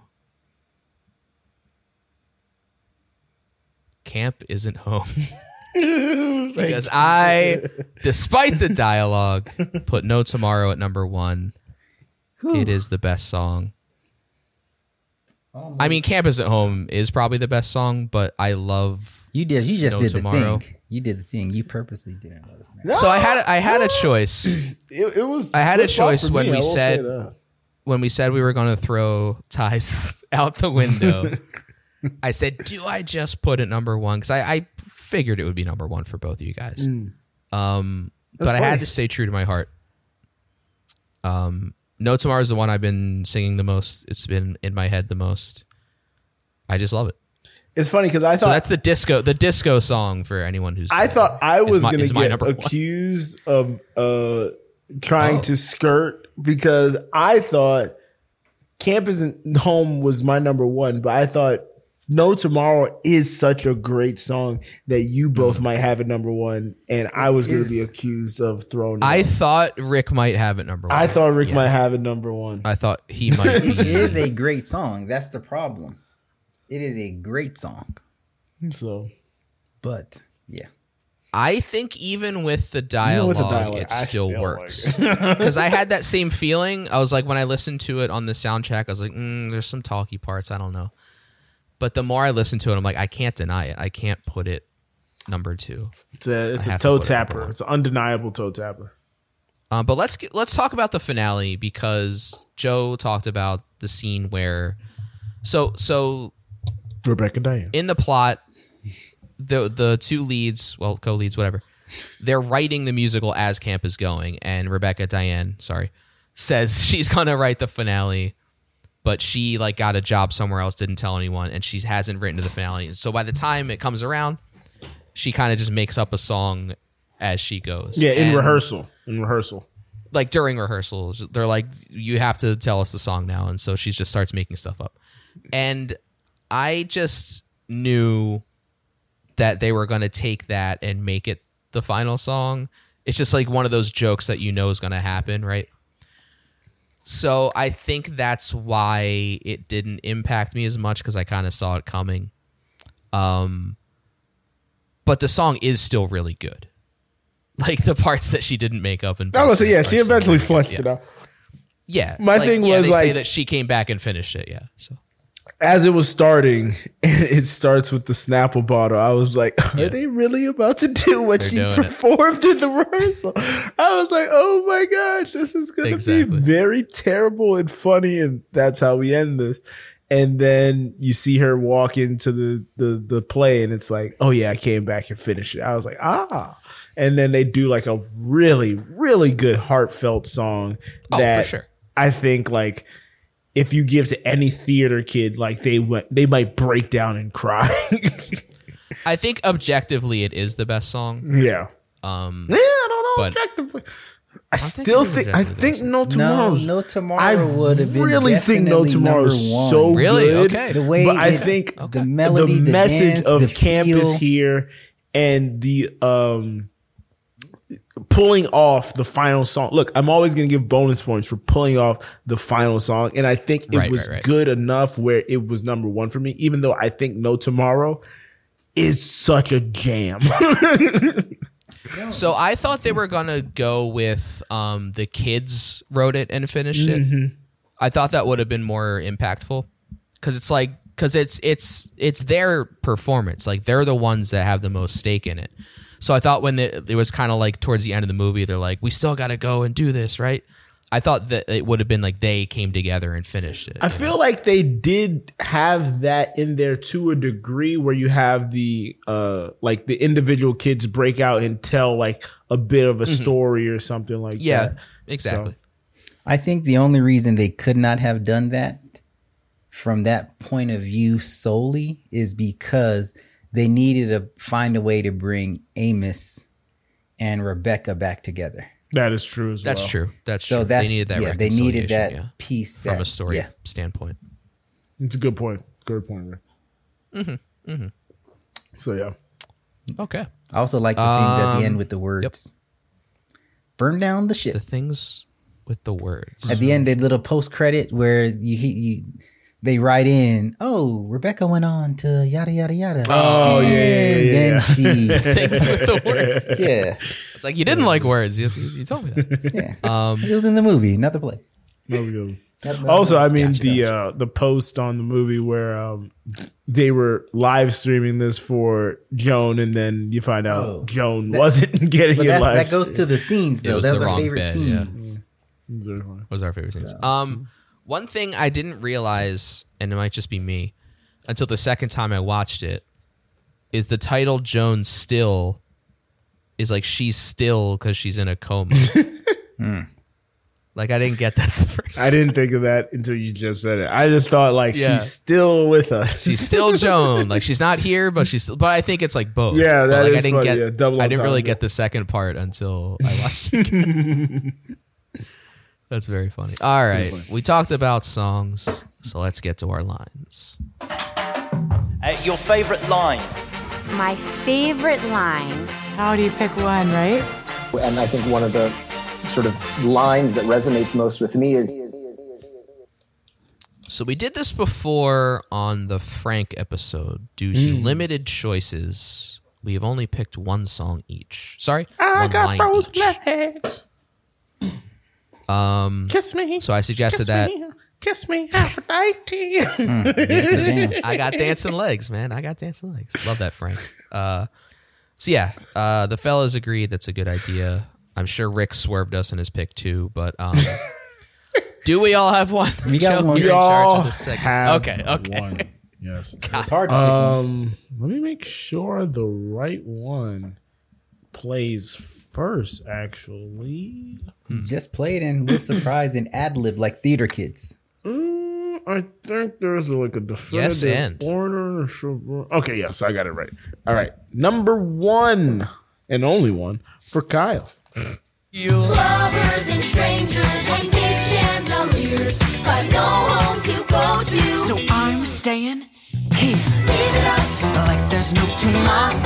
Camp Isn't Home. because I, despite the dialogue, put No Tomorrow at number one. It is the best song. I mean, Camp Isn't Home is probably the best song, but I love
You did. You just
No
did
tomorrow.
the thing. You did the thing. You purposely didn't let us know.
So I had I had a choice
It, it was.
I had a
flip flop
choice
for
when we
I will say
said-
that.
when we said we were going to throw ties <laughs> out the
<laughs>
window. I said, "Do I just put it number one?" Because I, I figured it would be number one for both of you guys. Um, but I had
Mm. funny.
to stay true to my heart. Um, no tomorrow is the one I've been singing the most. It's been in my head the most. I just love it.
it's funny because I
So
thought
that's the disco, the disco song for anyone who's.
I thought I
It's
was
my-
going
it's
to
my
get
number one.
accused of uh, trying
Oh.
to skirt because I thought Camp Isn't Home was my number one, but I thought No Tomorrow is such a great song that you
Mm.
both might have at number one, and I was going to be
Is-
accused of throwing. it
I
out.
thought Rick might have it number one.
I thought Rick
Yeah.
might have it number one.
I thought he might
<laughs>
it
be.
is a great song. That's the problem. It is a great song,
so
but yeah,
I think even with the dialogue,
with the dialogue,
it
I
still,
still
works. <laughs>
<laughs>
Because I had that same feeling. I was like, when I listened to it on the soundtrack, I was like, mm, there's some talky parts. I don't know. But the more I listen to it, I'm like, I can't deny it. I can't put it number two.
It's a it's
I
a
have to
toe
put it number
tapper.
one.
It's an undeniable toe tapper.
Um, but let's get, let's talk about the finale because Joe talked about the scene where, so so
Rebecca Diane.
in the plot, the the two leads, well, co leads, whatever, they're writing the musical as camp is going, and Rebecca Diane, sorry, says <laughs> she's gonna write the finale, but she like got a job somewhere else, didn't tell anyone, and she hasn't written the finale. So by the time it comes around, she kind of just makes up a song as she goes.
yeah, in
And-
rehearsal. In rehearsal.
like during rehearsals, they're like, "You have to tell us the song now," and so she just starts making stuff up. And I just knew that they were going to take that and make it the final song. It's just like one of those jokes that you know is going to happen, right? So I think that's why it didn't impact me as much because I kind of saw it coming. Um, but the song is still really good. Like the parts that she didn't make up and
I was
busted
gonna say yeah.
are
She
still
eventually
really good.
flushed
Yeah.
it out.
Yeah.
My thing
yeah,
was,
they say
like-
that she came back and finished it. Yeah. So
As it was starting, <laughs> and it starts with the Snapple bottle. I was like, "Are they really about to do what
They're
she
doing it.
performed in the rehearsal?" I was like, "Oh my gosh, this is gonna
Exactly.
be very terrible and funny." And that's how we end this. And then you see her walk into the the the play, and it's like, "Oh yeah, I came back and finished it." I was like, "Ah." And then they do like a really, really good heartfelt song
Oh, for
that
sure.
I think like if you give to any theater kid, like they went, they might break down and cry. <laughs>
I think objectively it is the best
Mm-hmm.
song.
yeah. Um. Yeah, I don't know.
but-
Objectively, I
thinking
still think. I
objectively
think No Tomorrow.
No, No Tomorrow
I
would have been
really think No
definitely
Tomorrow is
number one.
so
Really?
good.
Okay.
The way
but I
it-
think
the melody,
the,
the
message
dance,
of
the
camp
feel.
is here and the um pulling off the final song look i'm always going to give bonus points for pulling off the final song and i think it
Right,
was
right, right.
good enough where it was number one for me even though i think no tomorrow is such a jam <laughs>
So I thought they were gonna go with um, the kids wrote it and finished
Mm-hmm.
it. I thought that would have been more impactful because it's like because it's it's it's their performance. Like they're the ones that have the most stake in it. So I thought when it, it was kind of like towards the end of the movie, they're like, "We still got to go and do this, right?" I thought that it would have been like they came together and finished it.
I feel like they did have that in there to a degree where you have the uh like the individual kids break out and tell like a bit of a story or something like
Mm-hmm. yeah,
that.
exactly.
I think the only reason they could not have done that from that point of view solely is because they needed to find a way to bring Amos and Rebecca back together.
That is true as
That's
well.
true. That's
So
true.
that's
they needed that.
yeah, they needed
reconciliation,
that
yeah.
piece that,
from a story
Yeah.
standpoint.
It's a good point. Good point, Rick. Mm-hmm. So yeah.
Okay.
I also like the things at the end with the words. Burn down the ship.
The things with the words.
At the end, the little post credit where you, he- you they write in, oh, Rebecca went on to yada yada yada. Oh yeah,
yeah,
<laughs>
<laughs>
then
things with the words.
she yeah
It's like you didn't like words. You, you you told me that.
yeah. Um, it was in the movie, not the play.
There we go. Also, I mean the uh the post on the movie where um they were live streaming this for Joan and then you find out
Oh.
Joan wasn't <laughs> getting
But
it
that's,
live.
that goes to the scenes though.
was
That
the
was our
wrong
favorite
bed, yeah.
scenes.
streamed.
was our favorite scenes. Um, one thing I didn't realize, and it might just be me, until the second time I watched it, is the title Joan still is like she's still because she's in a coma. Like I didn't get that <laughs> the first.
I didn't think of that until you just said it. I just thought like
Yeah.
she's still with us.
she's still Joan. Like she's not here, but she's. Still, but I think it's like both.
Yeah,
But,
that
like, I
is
didn't
funny,
get.
yeah, double
I didn't really
entendre.
get the second part until I watched. it again.
<laughs>
That's very funny. All right, we talked about songs, so let's get to our lines.
Uh, your favorite line.
My favorite line.
How do you pick one, right?
And I think one of the sort of lines that resonates most with me is
So we did this
Mm.
before on the Frank episode. Due to limited choices, We have only picked one song each. Sorry,
I
one
got
line
those
each.
legs.
Um,
Kiss me.
so I suggested
kiss
that
Me, kiss me, Aphrodite.
I got dancing legs, man. I got dancing legs. Love that, Frank. Uh, so yeah, uh, the fellas agreed that's a good idea. I'm sure Rick swerved us in his pick too, but
<laughs>
um, do we all have one?
We got
Joe,
one.
You're in charge of this segment.
have
Okay, okay.
One. Yes.
It's hard to
Um, let me make sure the right one plays first. Actually,
pick. just play it and we'll surprise and ad lib like theater kids.
Mm, I think there's like a definitive
and.
order. Okay, yes, I got it right. All right, number one and only one for Kyle.
Lovers and strangers and big chandeliers, but no home to go to.
So I'm staying here
Give it up,
like there's no tomorrow.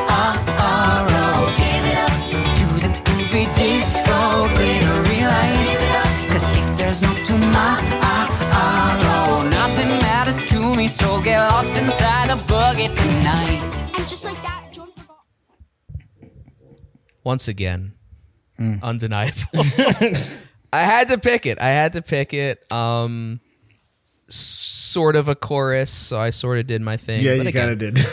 oh, give it up,
To the groovy disco glitter relay.
give it up.
Cause if there's no tomorrow, nothing matters to me. So get lost inside the boogie tonight.
And just like that, John forgot.
Once again,
Mm.
undeniable.
<laughs>
I had to pick it. I had to pick it. Um, sort of a chorus, so I sort of did my thing.
Yeah,
but
you
again,
kind of did.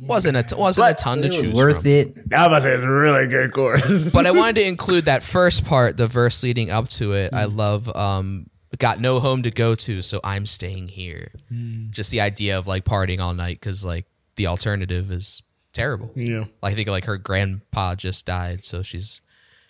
<laughs>
wasn't a t- wasn't a ton to
It was
choose
worth
from.
it.
that was a really good chorus.
but I wanted to include that first part, the verse leading up to it.
Mm.
I love um got no home to go to, so I'm staying here.
Mm.
Just the idea of like partying all night cuz like the alternative is terrible.
<laughs> Yeah.
Like I think like her grandpa just died, so she's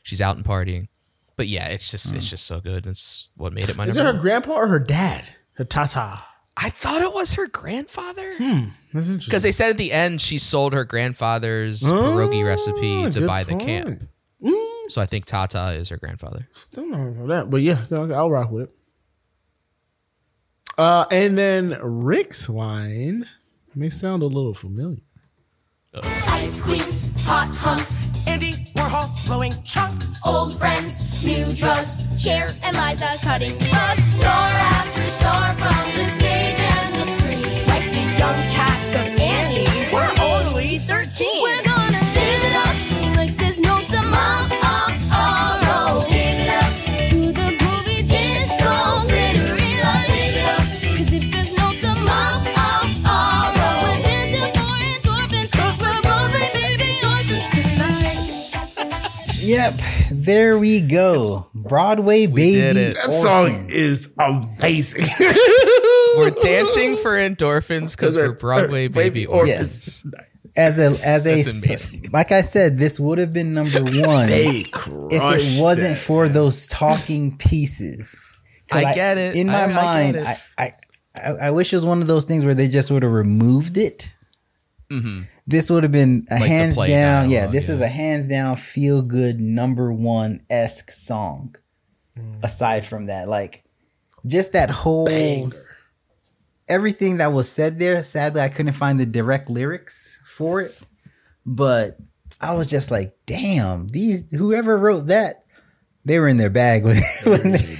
she's out and partying. But yeah, it's just it's just so good. It's what made it my
Mm. Is it
number.
her
one.
grandpa or her dad? Her tata.
I thought it was her grandfather.
Hmm, That's interesting.
Because they said at the end she sold her grandfather's pierogi recipe to
Oh, good
buy the
point. Mm.
camp. So I think Tata is her grandfather.
Still don't know that, but yeah, no, I'll rock with it. Uh, and then Rick's line may sound a little familiar.
Ice queens, hot hunks,
Andy Warhol blowing chunks.
old friends, new drugs, Cher and Liza cutting rugs. Star after star from the stage and the screen.
Like the young cast of Annie. We're only 13.
We're gonna live it up like there's no tomorrow. Give it up to the groovy disco, glittery light. Give it up, 'cause if there's no tomorrow, we're dancing for endorphins, 'cause we're both like baby orphans tonight.
Yep, there we go. Broadway baby.
did it.
That
Orphan.
song is amazing.
We're dancing for endorphins because we're Broadway baby. Or-
Yes. As a as a
That's amazing.
like I said, this would have been
<laughs>
number one if it wasn't for those talking pieces. 'Cause
<laughs> I get it.
In
I-
my
I get
mind,
it.
I, I I I wish it was one of those things where they just would have removed it. This would have been a
Mm-hmm. the
hands down.
play
yeah,
dialogue,
this
yeah.
is a hands down feel good number one esque song. Aside from that, like just that whole everything that was said there. Sadly, I couldn't find the direct lyrics for it, but I was just like, "Damn, these whoever wrote that, they were in their bag when, <laughs> when, they,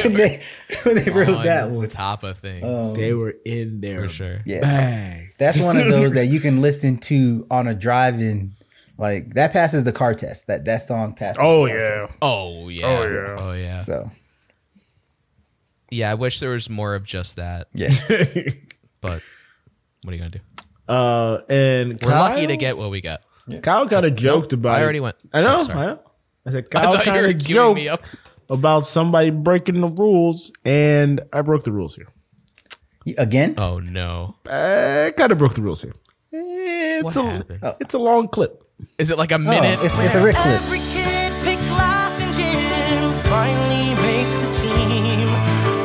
when they when they wrote that
on
one." Um,
top of things
they were in there.
for sure.
Yeah,
Bang.
that's one of those that you can listen to on a drive-in. Like that passes the car test. That that song passes.
Oh,
the car
yeah.
test.
Oh yeah. Oh yeah. Oh yeah.
So
Yeah. I wish there was more of just that,
yeah, <laughs>
but what are you gonna do?
Uh, and
We're
Kyle,
lucky to get what we got. <laughs>
Kyle kind of joked about.
I
it.
already went.
I know.
Oh,
I
sorry.
know. I said
I
Kyle
thought you
kind
were
of
giving
joked
me up.
about somebody breaking the rules, and I broke the rules here.
again.
Oh <laughs> no.
I kind of broke the rules here. Eh, It's
What
a
happened?
it's a long clip.
Is it like a
Oh,
minute?
it's, it's a Rick clip.
Every kid picked life in gym finally makes the team.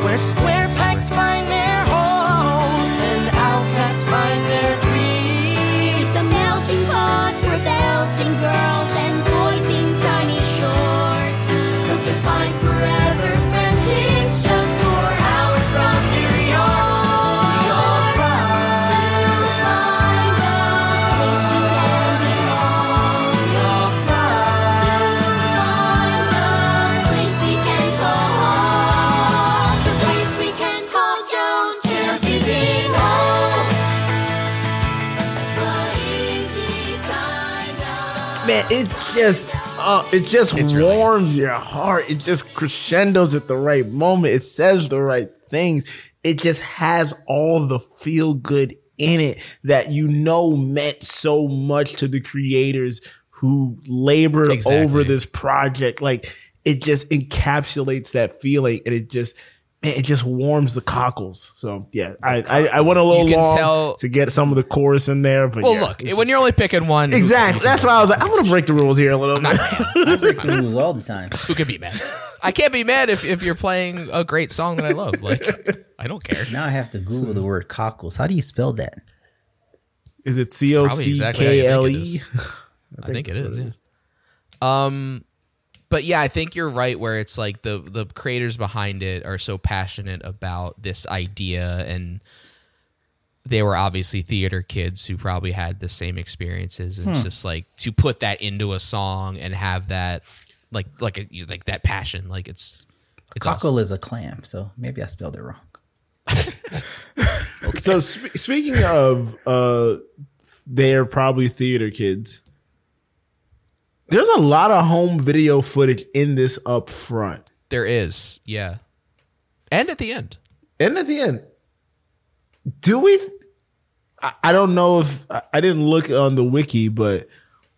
Where square pegs find their holes and outcasts find their dreams.
It's a melting pot for belting girls and boys in tiny shorts. Come to find forever friendships just four hours from New York. To find a place we can belong. To
man, it just uh, it just warms your heart. It just crescendos at the right moment. It says the right things. It just has all the feel good in it that you know meant so much to the creators who labored
Exactly.
over this project. Like it just encapsulates that feeling, and it just. Man, it just warms the cockles. So yeah, I I, I went a little
You can
long
tell-
to get some of the chorus in there, but
well,
yeah,
look,
it's
when you're only picking one, who-
Exactly. That's why I was like, I'm gonna break the rules here a little bit.
break the rules all the
<laughs>
time.
who can be mad? I can't be mad if, if you're playing a great song that I love. <laughs> Like, I don't care.
Now I have to Google the word cockles. How do you spell that?
Is it C O C K L E?
I think it is. yeah. Um, but yeah, I think you're right. Where it's like the the creators behind it are so passionate about this idea, and they were obviously theater kids who probably had the same experiences. And it's
Hmm.
just like to put that into a song and have that like like a, like that passion. Like it's it's
Cockle
awesome.
is a clam, so maybe I spelled it wrong.
So sp- speaking of, uh, they're probably theater kids. There's a lot of home video footage in this up front
There is yeah, and at the end.
and at the end. Do we? I, I don't know if I, I didn't look on the wiki, but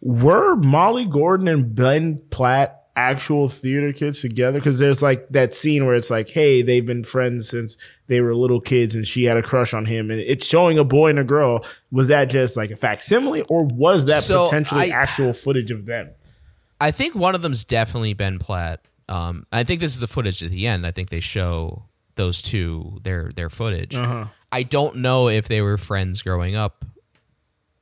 were Molly Gordon and Ben Platt actual theater kids together? Because there's like that scene where it's like, hey, they've been friends since they were little kids, and she had a crush on him, and it's showing a boy and a girl. Was that just like a facsimile, or was that
So
potentially
I-
actual footage of them?
I think one of them's definitely Ben Platt. Um, I think this is the footage at the end. I think they show those two their their footage.
Uh-huh.
I don't know if they were friends growing up,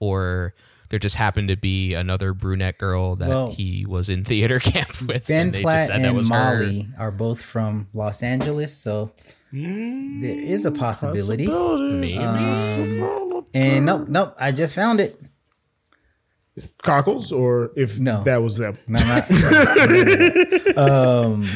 or there just happened to be another brunette girl that
Well,
he was in theater <laughs> camp with.
Ben
and they
Platt
just said
and
that was
Molly are both from Los Angeles, so there is a possibility.
Maybe.
Um, and nope, nope. I just found it.
Cockles, or if
no,
that was them.
No, not- um,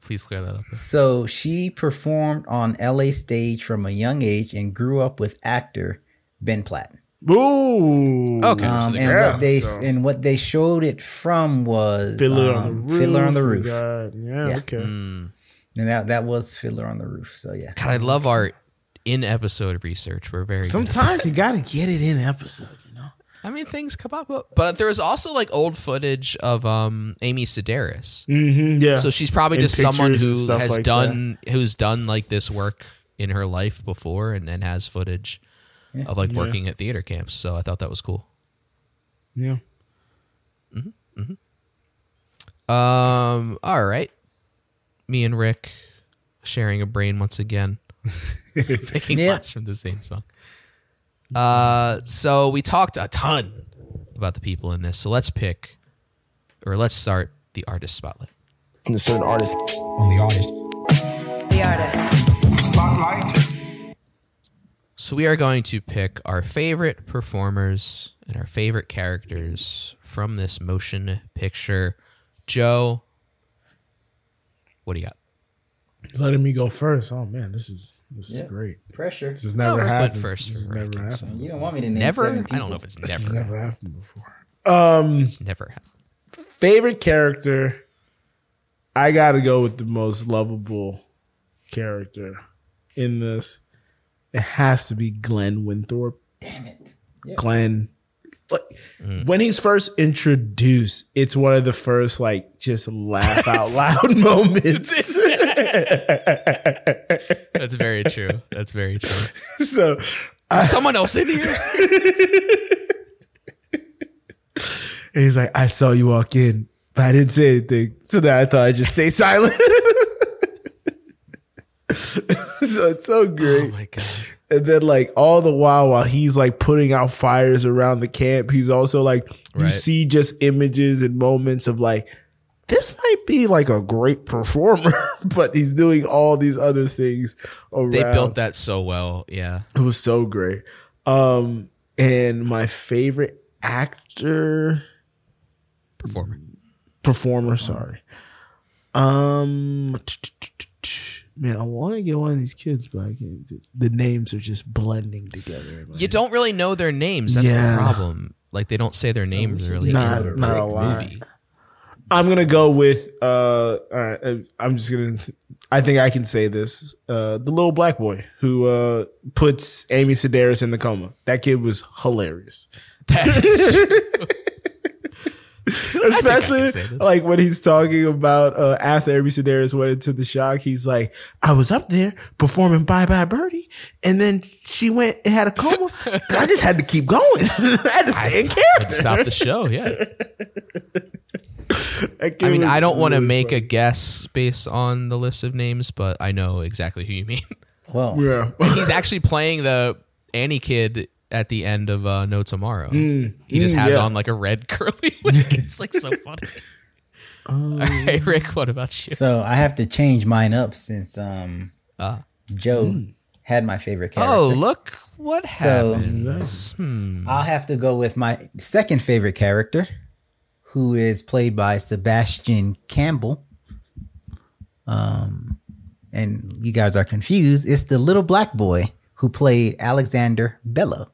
Please clear that up.
So she performed on LA stage from a young age and grew up with actor Ben Platt.
Ooh.
Okay, so
Um,
the
and
girl,
what they
so-
and what they showed it from was
Fiddler
um,
on the roof.
Fiddler on the Roof. Mm-hmm.
we got- yeah, okay.
And that that was Fiddler on the Roof. So yeah.
God, I love our in episode research. We're very good at
Sometimes you gotta get it in episode.
I mean, things come up, but- but there was also like old footage of um Amy Sedaris.
Mhm, yeah. <laughs>
So she's probably
In
just someone
pictures
who
and stuff
has
like
done who's done like this work in her life before, and and has footage
Yeah.
of like
Yeah.
working at theater camps. So I thought that was cool.
Yeah.
Um. All right. Me and Rick sharing a brain once
<laughs>
again, picking
Yeah.
lots from the same song. Uh. So we talked a ton about the people in this. So let's pick, or let's start the artist spotlight.
Insert artist.
On the artist.
The artist.
So we are going to pick our favorite performers and our favorite characters from this motion picture. Joe, what do you got?
Letting me go first. Oh man, this is this
Yeah.
is great.
Pressure.
This has never
Rick went
happened.
first
This has
for
never
ranking, so-
happened.
You don't want me to name
Never?
seven
I don't know
people.
if it's
This has <laughs>
never.
never happened before. Um,
It's never happened.
favorite character. I gotta go with the most lovable character in this. It has to be Glenn Winthrop.
Damn it. Yeah.
Glenn. Like,
Mm.
When he's first introduced, it's one of the first like just laugh out loud <laughs> moments.
That's very true. That's very true.
<laughs> so
Is <laughs> someone else in
<laughs>
here?
And he's like, I saw you walk in, but I didn't say anything. So then I thought I'd just stay silent. <laughs> so it's so great. Oh
my God.
And then like all the while while he's like putting out fires around the camp, he's also like you
Right.
see just images and moments of like this might be like a great performer, <laughs> but he's doing all these other things around.
They built that so well. Yeah.
It was so great. Um, and my favorite actor
performer
performer. Sorry. Um, man, I want to get one of these kids, but I can't. The names are just blending together. in my-
You don't really know their names. That's
Yeah.
the problem. Like they don't say their names really.
Not-
in the
not a lot. <laughs> I'm gonna go with. Uh, all right, uh, I'm just gonna. I think I can say this. Uh, the little black boy who uh, puts Amy Sedaris in the coma. That kid was hilarious. Especially like when he's talking about uh, after Amy Sedaris went into the shock, he's like, "I was up there performing Bye Bye Birdie, and then she went and had a coma. and I just had to keep going. <laughs> I had to stay in character.
Stop the show. Yeah.
That kid
I mean,
was
I don't want to
really
make a guess based on the list of names, but I know exactly who you
<laughs>
mean.
Well,
Yeah.
And he's actually playing the Annie kid at the end of uh, No Tomorrow.
Hmm.
Mm.
He just
Mm,
has
yeah.
on like a red <laughs> curly wig. It's like
<laughs>
so funny. <laughs>
Um,
All right, Rick, what about you?
So I have to change mine up since um
Ah.
Joe
Hmm.
had my favorite character.
oh, look what
So-
happens. hmm.
I'll have to go with my second favorite character, who is played by Sebastian Campbell. Um, and you guys are confused. It's the little black boy who played Alexander Bello.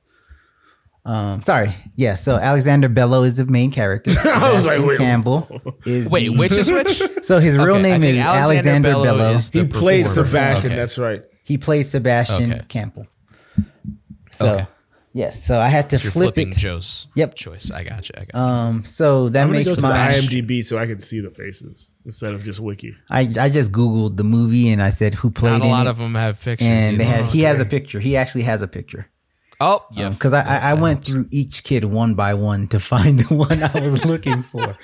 Um, sorry, yeah. So Alexander Bello is the main character.
<laughs> I was like,
Sebastian
wait.
Campbell is
Wait,
<laughs> the-
which is which?
So his real
Okay, I
name
think
is Alexander, Bello.
is the
He played
performer.
Sebastian.
Okay.
That's right.
He played Sebastian
Okay.
Campbell. So
Okay.
yes, so I had to
You're
flip
flipping
it.
Joe's
Yep.
choice. I got you. I got
Um, so that
I'm gonna
makes
go to
my
the IMDb so I can see the faces instead of just wiki.
I I just googled the movie and I said who
you.
played.
Not a
in
lot
it,
of them have pictures.
e- and they
either.
had he has a picture. He actually has a picture.
Oh, yeah.
because Um, I, I, I went through each kid one by one to <laughs> find the one I was
<laughs>
looking for.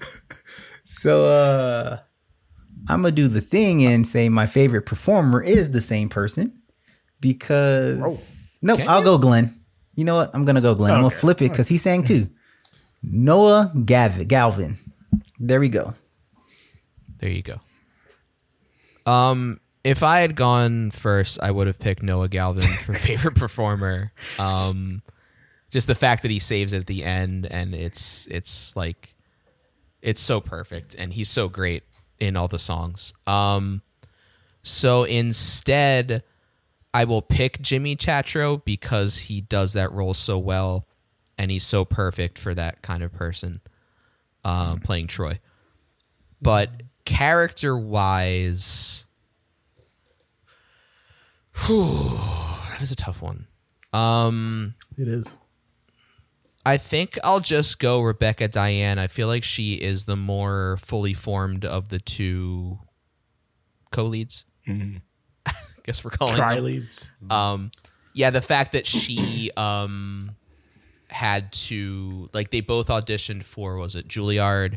<laughs> so uh I'm gonna do the thing and say my favorite performer is the same person because no, I'll go Glenn. You know what? I'm gonna go Glenn. I'm
Okay.
gonna flip it because he sang too. Noah Gav- Galvin. There we go.
There you go. Um, if I had gone first, I would have picked Noah Galvin for favorite performer. Um, just the fact that he saves at the end, and it's it's like it's so perfect, and he's so great in all the songs. Um, so instead, I will pick Jimmy Chatro because he does that role so well, and he's so perfect for that kind of person uh, playing Troy but character wise that is a tough one um
It is.
i think i'll just go rebecca diane i feel like she is the more fully formed of the two co-leads <laughs> guess we're calling them.
Tri leads.
um yeah the fact that she <clears throat> um had to like they both auditioned for was it Juilliard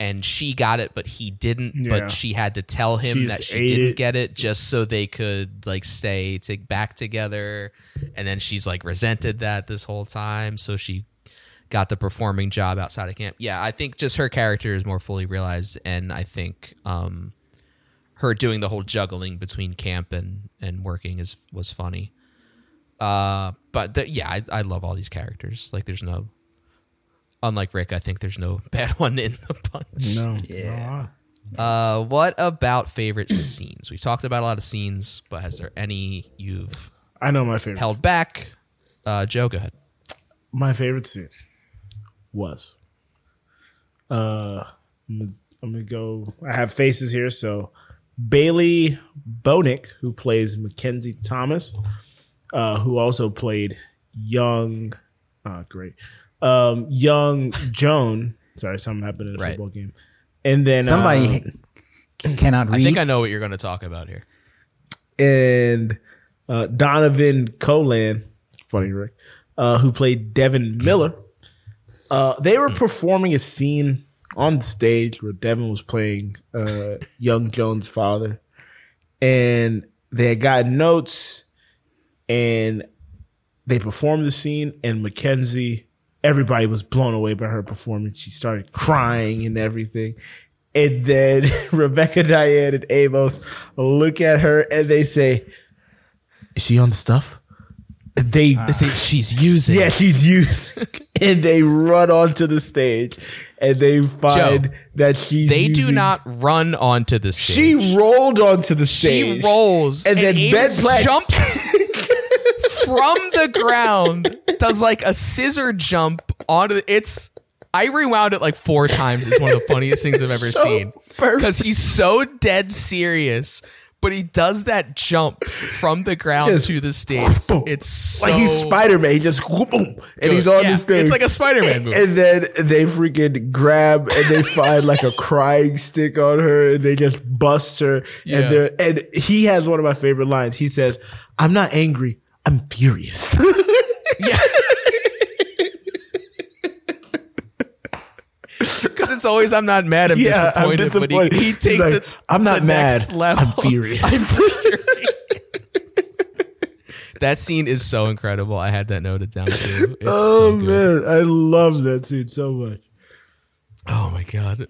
and she got it but he didn't
Yeah.
but she had to tell him
She's
that she
ate
didn't
it.
get it just so they could like stay to back together and then she's like resented that this whole time so she got the performing job outside of camp yeah i think just her character is more fully realized and i think um her doing the whole juggling between camp and and working is was funny. Uh, but the, yeah, I, I love all these characters. Like, there's no, unlike Rick, I think there's no <laughs> bad one in the bunch.
No. Yeah.
Uh, what about favorite <coughs> scenes? We've talked about a lot of scenes, but has there any you've
I know my favorite.
held back? Uh, Joe, go ahead.
my favorite scene was. Uh, I'm gonna, I'm gonna go. I have faces here, so Bailey Bonick, who plays Mackenzie Thomas, uh, who also played young, uh, great, um, young Joan. Sorry, something happened in the
Right.
football game, and then
Somebody
um,
cannot read.
I think I know what you're going to talk about here.
and uh, Donovan Colan, funny Rick, uh, who played Devin Miller. Uh, they were performing a scene on the stage where Devin was playing uh, young Jones' father, and they had gotten notes, and they performed the scene, and Mackenzie. Everybody was blown away by her performance. She started crying and everything. And then <laughs> Rebecca Diane and Amos look at her and they say, Is she on the stuff? And They,
They say she's using.
yeah,
<laughs>
she's used. and they run onto the stage and they find that she's
They do
using-
not run onto the stage.
She rolled onto the
She
stage.
rolls
And then <laughs>
Ames
Ben Platt-
jumps from the ground does like a scissor jump onto the, it's I rewound it like four times. It's one of the funniest things I've
<laughs>
ever
So
seen because he's so dead serious, but he does that jump from the ground
Just
to the stage. It's so
like he's Spider Man. He just whoop, boom, and he's
Good.
on
Yeah,
this thing.
it's like a <laughs>
<laughs>
Spider-Man movie.
And then they freaking grab and they find like a crying stick on her and they just bust her.
Yeah.
And they're and he has one of my favorite lines. He says, "I'm not angry. I'm furious." <laughs>
because it's always I'm not mad. I'm
Yeah, I'm
disappointed, But
disappointed.
he, he
He's
takes
like,
it.
"I'm not
the next
mad.
level. <laughs>
I'm furious."
I'm furious. that scene is so incredible. I had that noted down too. It's
<laughs> oh
so good.
man, I love that scene so much.
Oh my god.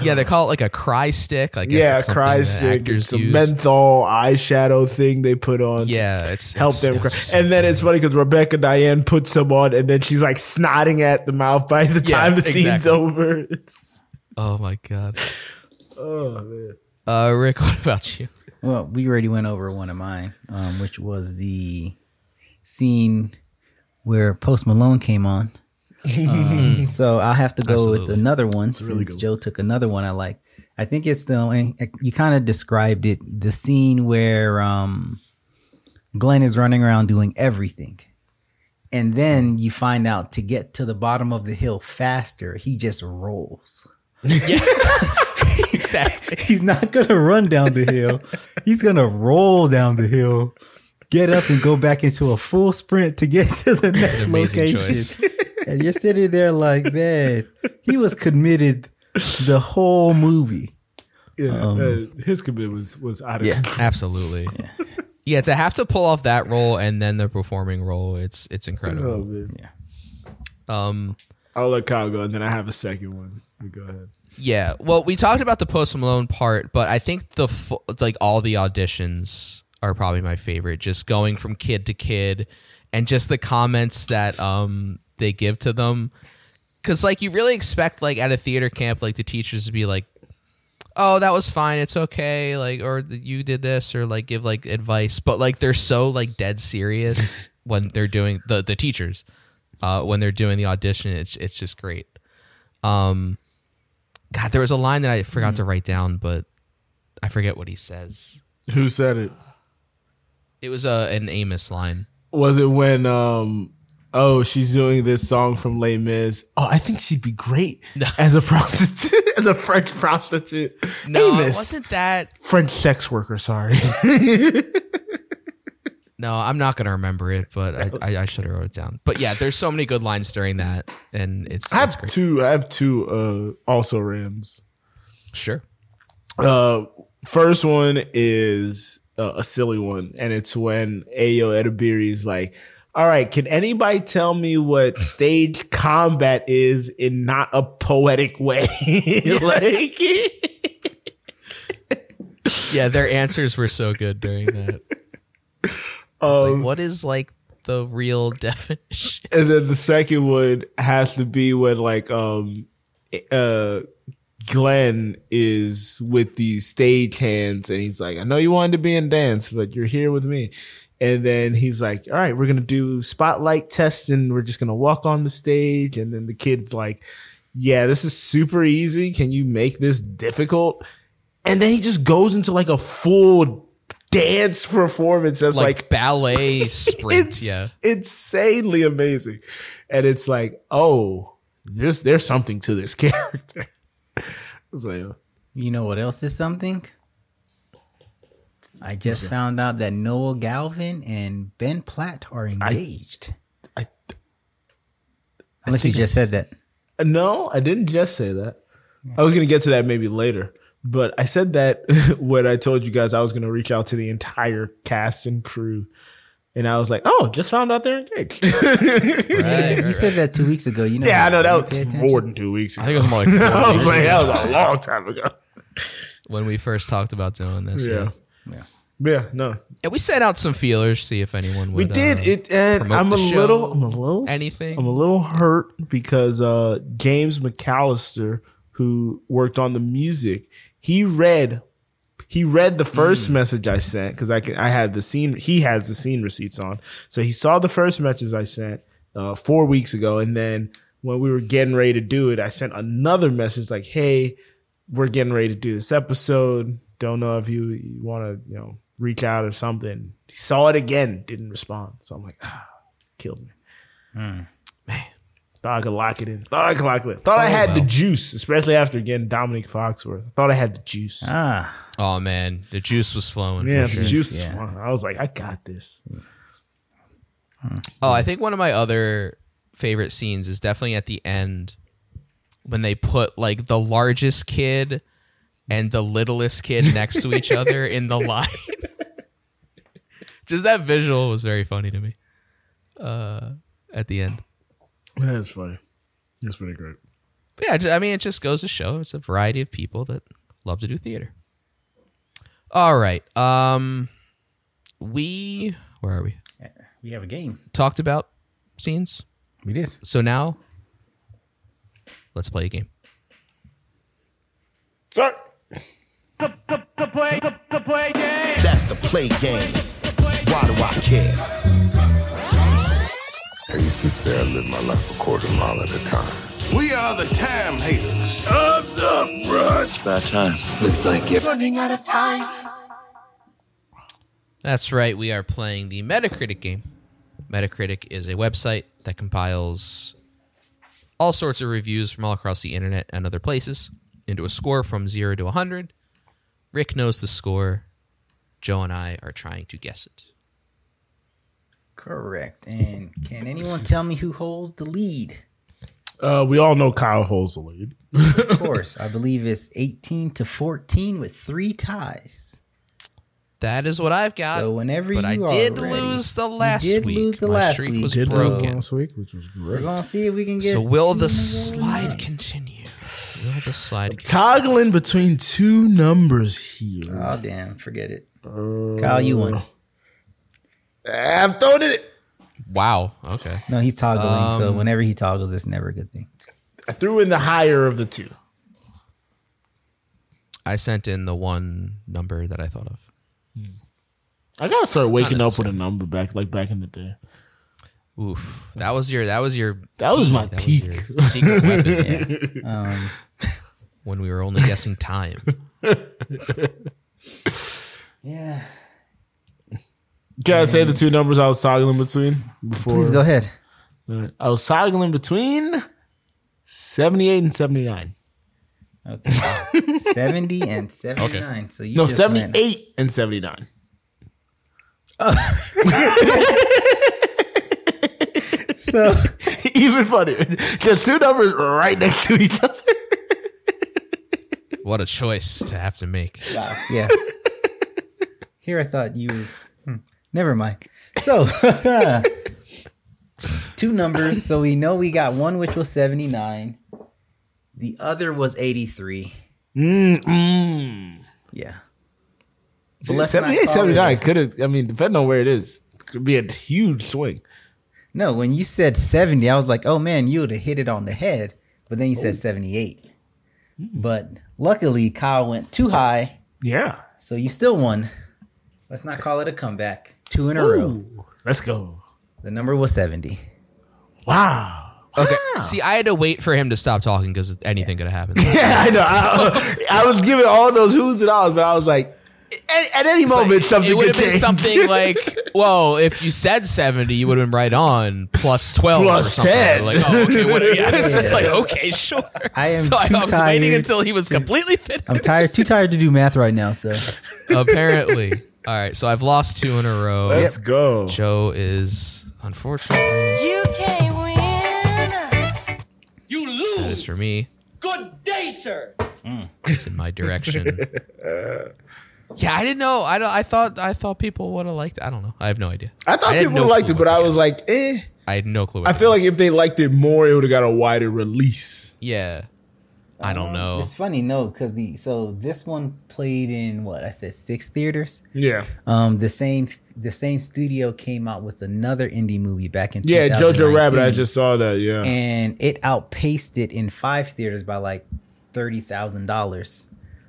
Yeah, they call it like a cry stick. I guess
yeah,
it's something
cry
that
stick.
actors
It's a
use.
menthol eyeshadow thing they put on. to
Yeah, it's-
help
it's-
them.
it's
cry. and then it's funny because Rebecca Diane puts them on, and then she's like snotting at the mouth by the
Yeah,
time the scene's
exactly.
over. It's
Oh my god.
oh man.
Uh, Rick, <laughs> what about you?
Well, we already went over one of mine, um, which was the scene where Post Malone came on.
<laughs>
Um, so I'll have to go with
Absolutely.
another one
It's a really
since
good
Joe took another one I like. I think it's the and you kind of described it the scene where um, Glenn is running around doing everything. And then you find out to get to the bottom of the hill faster, he just rolls.
exactly.
He's not gonna run down the hill. He's gonna roll down the hill, get up and go back into a full sprint to get to the next
Amazing
location.
choice.
<laughs> And you're sitting there like, man, he was committed the whole movie.
Yeah,
Um,
uh, his commitment was was out of
yeah.
control.
Absolutely. Yeah. to have to pull off that role and then the performing role, it's it's
Oh,
incredible.
man.
Um,
I'll let Kyle go, and then I have a second one. You Go ahead.
yeah. Well, we talked about the Post Malone part, but I think the fu- like all the auditions are probably my favorite. Just going from kid to kid, and just the comments that um they give to them, because like you really expect like at a theater camp like the teachers to be like oh that was fine it's okay like or th- you did this or like give like advice but like they're so like dead serious when they're doing the the teachers uh when they're doing the audition it's it's just great um god there was a line that i
Mm.
forgot to write down but i forget what he says
Who said it?
it was uh, an amos line
Was it when um oh she's doing this song from Les Mis? Oh, I think she'd be great as a <laughs> prostitute, as a French prostitute.
no it
Amos.
wasn't that
French sex worker. <laughs> Sorry.
No, I'm not gonna remember it, but I, I, I should have wrote it down. But yeah, there's so many good lines during that, and it's
I
it's
have
great.
two. I have two. Uh, also Rams.
Sure.
Uh, first one is uh, a silly one, and it's when Ayo Edabiri is like, "All right, can anybody tell me what stage combat is in not a poetic way?" <laughs> like,
Yeah, their answers were so good during
<laughs>
that. It's
Um,
like, what is like the real <laughs> definition?
and then the second one has to be when like um uh Glenn is with these stage hands and he's like, I know you wanted to be in dance, but you're here with me. And then he's like, All right, we're gonna do spotlight test and we're just gonna walk on the stage. And then the kid's like, Yeah, this is super easy. Can you make this difficult? And then he just goes into like a full dance performance as
Like,
like
ballet
<laughs>
sprint.
it's
yeah,
insanely amazing. And it's like, oh, this there's something to this <laughs> character. It's like, uh,
You know what else is something? I just found out that Noah Galvin and Ben Platt are engaged. Unless you
think
just said that.
no, I didn't just say that. I was gonna get to that maybe later. But I said that <laughs> when I told you guys I was gonna reach out to the entire cast and crew. And I was like, oh, just found out they're engaged. <laughs>
you said that two weeks ago. You know.
yeah, I know
how
that
to pay
was
attention.
more than two weeks ago.
I think it was more like four
<laughs> I was
weeks
like,
ago. <laughs>
that was a long time ago.
when we first talked about doing this.
Yeah.
Yeah,
Yeah, no.
Yeah, we sent out some feelers see if anyone
We
would.
did
uh,
it, and
promote
I'm
the
a
show,
little, I'm a little,
anything.
I'm a little hurt because uh, James McAllister, who worked on the music, he read, He read the first message I sent because I can, I had the scene. He has the scene receipts on, so he saw the first message I sent uh, four weeks ago, and then when we were getting ready to do it, I sent another message like, "Hey, we're getting ready to do this episode. Don't know if you, you want to, you know, reach out or something." He saw it again, didn't respond. So I'm like, ah, killed me. Man, thought I could lock it in. Thought I could lock it in. Thought I
Oh,
had the
well.
juice, especially after getting Dominic Foxworth. I thought I had the juice.
Ah. Oh man, the juice was flowing.
Yeah,
for
the
sure.
juice. is flowing. I was like, I got this.
Oh, I think one of my other favorite scenes is definitely at the end when they put like the largest kid and the littlest kid next to
<laughs>
each other in the line. <laughs> Just that visual was very funny to me. Uh, at the end,
That's funny. That's pretty great.
but yeah, ju- I mean, it just goes to show it's a variety of people that love to do theater. All right, um, we where are we?
We have a game.
talked about scenes.
We did.
So now, let's play a game.
That's the play game. Why do I care?
I used to say I lived my life a quarter mile at a time.
We are the time haters.
Of the brush. That time. Looks like it.
Running out of time.
That's right. We are playing the Metacritic game. Metacritic is a website that compiles all sorts of reviews from all across the internet and other places into a score from 0 to 100. Rick knows the score. Joe and I are trying to guess it.
Correct. And can anyone tell me who holds the lead?
Uh, we all know Kyle holds the lead.
Of course, I believe it's 18 to 14 with three ties.
That is what I've got.
So whenever
But
you
I
are
did
ready-
lose the
You
last
did
week.
lose the
My
last
streak
week.
was
Did lose
broken.
last week, which was great.
We're gonna see if we can get.
So will the
two more
slide
rounds.
continue? Will the slide continue?
Toggling between two numbers here.
Oh damn! Forget it. Kyle, you won.
I'm throwing it.
Wow. Okay.
No, he's toggling. so
Um,
whenever he toggles, it's never a good thing.
I threw in the higher of the two.
I sent in the one number that I thought of.
I gotta start waking
Not
up with a number back, like back in the day.
Oof. That was your. That was your.
That was
key.
my peak.
your
<laughs>
secret weapon.
Um,
<laughs> when we were only guessing time.
Yeah.
Can I say the two numbers I was toggling between before?
Please
<laughs>
go ahead.
All right. I was toggling between seventy-eight and seventy-nine.
Okay. 70 and 79. So you
no,
just went-
seventy-eight and seventy-nine. <laughs>
so
<laughs>
even funnier. The two numbers right next to each other.
What a choice to have to make.
Wow. Yeah. <laughs> Here I thought you were. hmm, Never mind. So, <laughs> two numbers. So we know we got one, which was 79. The other was 83. Mm-hmm. Yeah.
See,
But let's not
78,
call it-
79 could have. I mean, depending on where it is, could be a huge swing.
No, when you said 70, I was like, oh man, you would have hit it on the head. But then you said 78. But luckily, Kyle went too high.
Yeah.
So you still won. Let's not call it a comeback. Two in a row.
Let's go.
The number was 70.
Wow.
Okay. See, I had to wait for him to stop talking because anything could
<laughs>
have happened.
<laughs> Yeah, I know. I, I was giving all those who's and ahs, but I was like, at, at any moment, something
it would
could
have been
change.
something like, "Whoa, if you said seventy, you would have been right on plus twelve or
Plus
something."
10.
Like, oh, okay, what?
<laughs>
Yeah, this is
Yeah.
like okay, sure.
I am
So I
too
was waiting
tired
until he was completely finished.
I'm tired, too tired to do math right now. So
Apparently, all right. So I've lost two in a row.
Let's go.
Joe is unfortunately
You can't win. You
that is
lose.
for me. Hmm.
Good day, sir.
It's in my direction. yeah, I didn't know. I don't. I thought. I thought people would have liked. it. I don't know. I have no idea.
I thought
had
people
no
liked
clue
it, but
what
I
to
was
guess.
like, eh.
I had no clue. What
I
to
feel
guess.
like if they liked it more, it would have got a wider release.
Yeah. I don't know.
it's funny, no, because the so this one played in what I said six theaters.
Yeah.
Um, the same the same studio came out with another indie movie back in
Yeah, Jojo Rabbit. I
2019,
just saw that. Yeah.
and it outpaced it in five theaters by like thirty thousand dollars.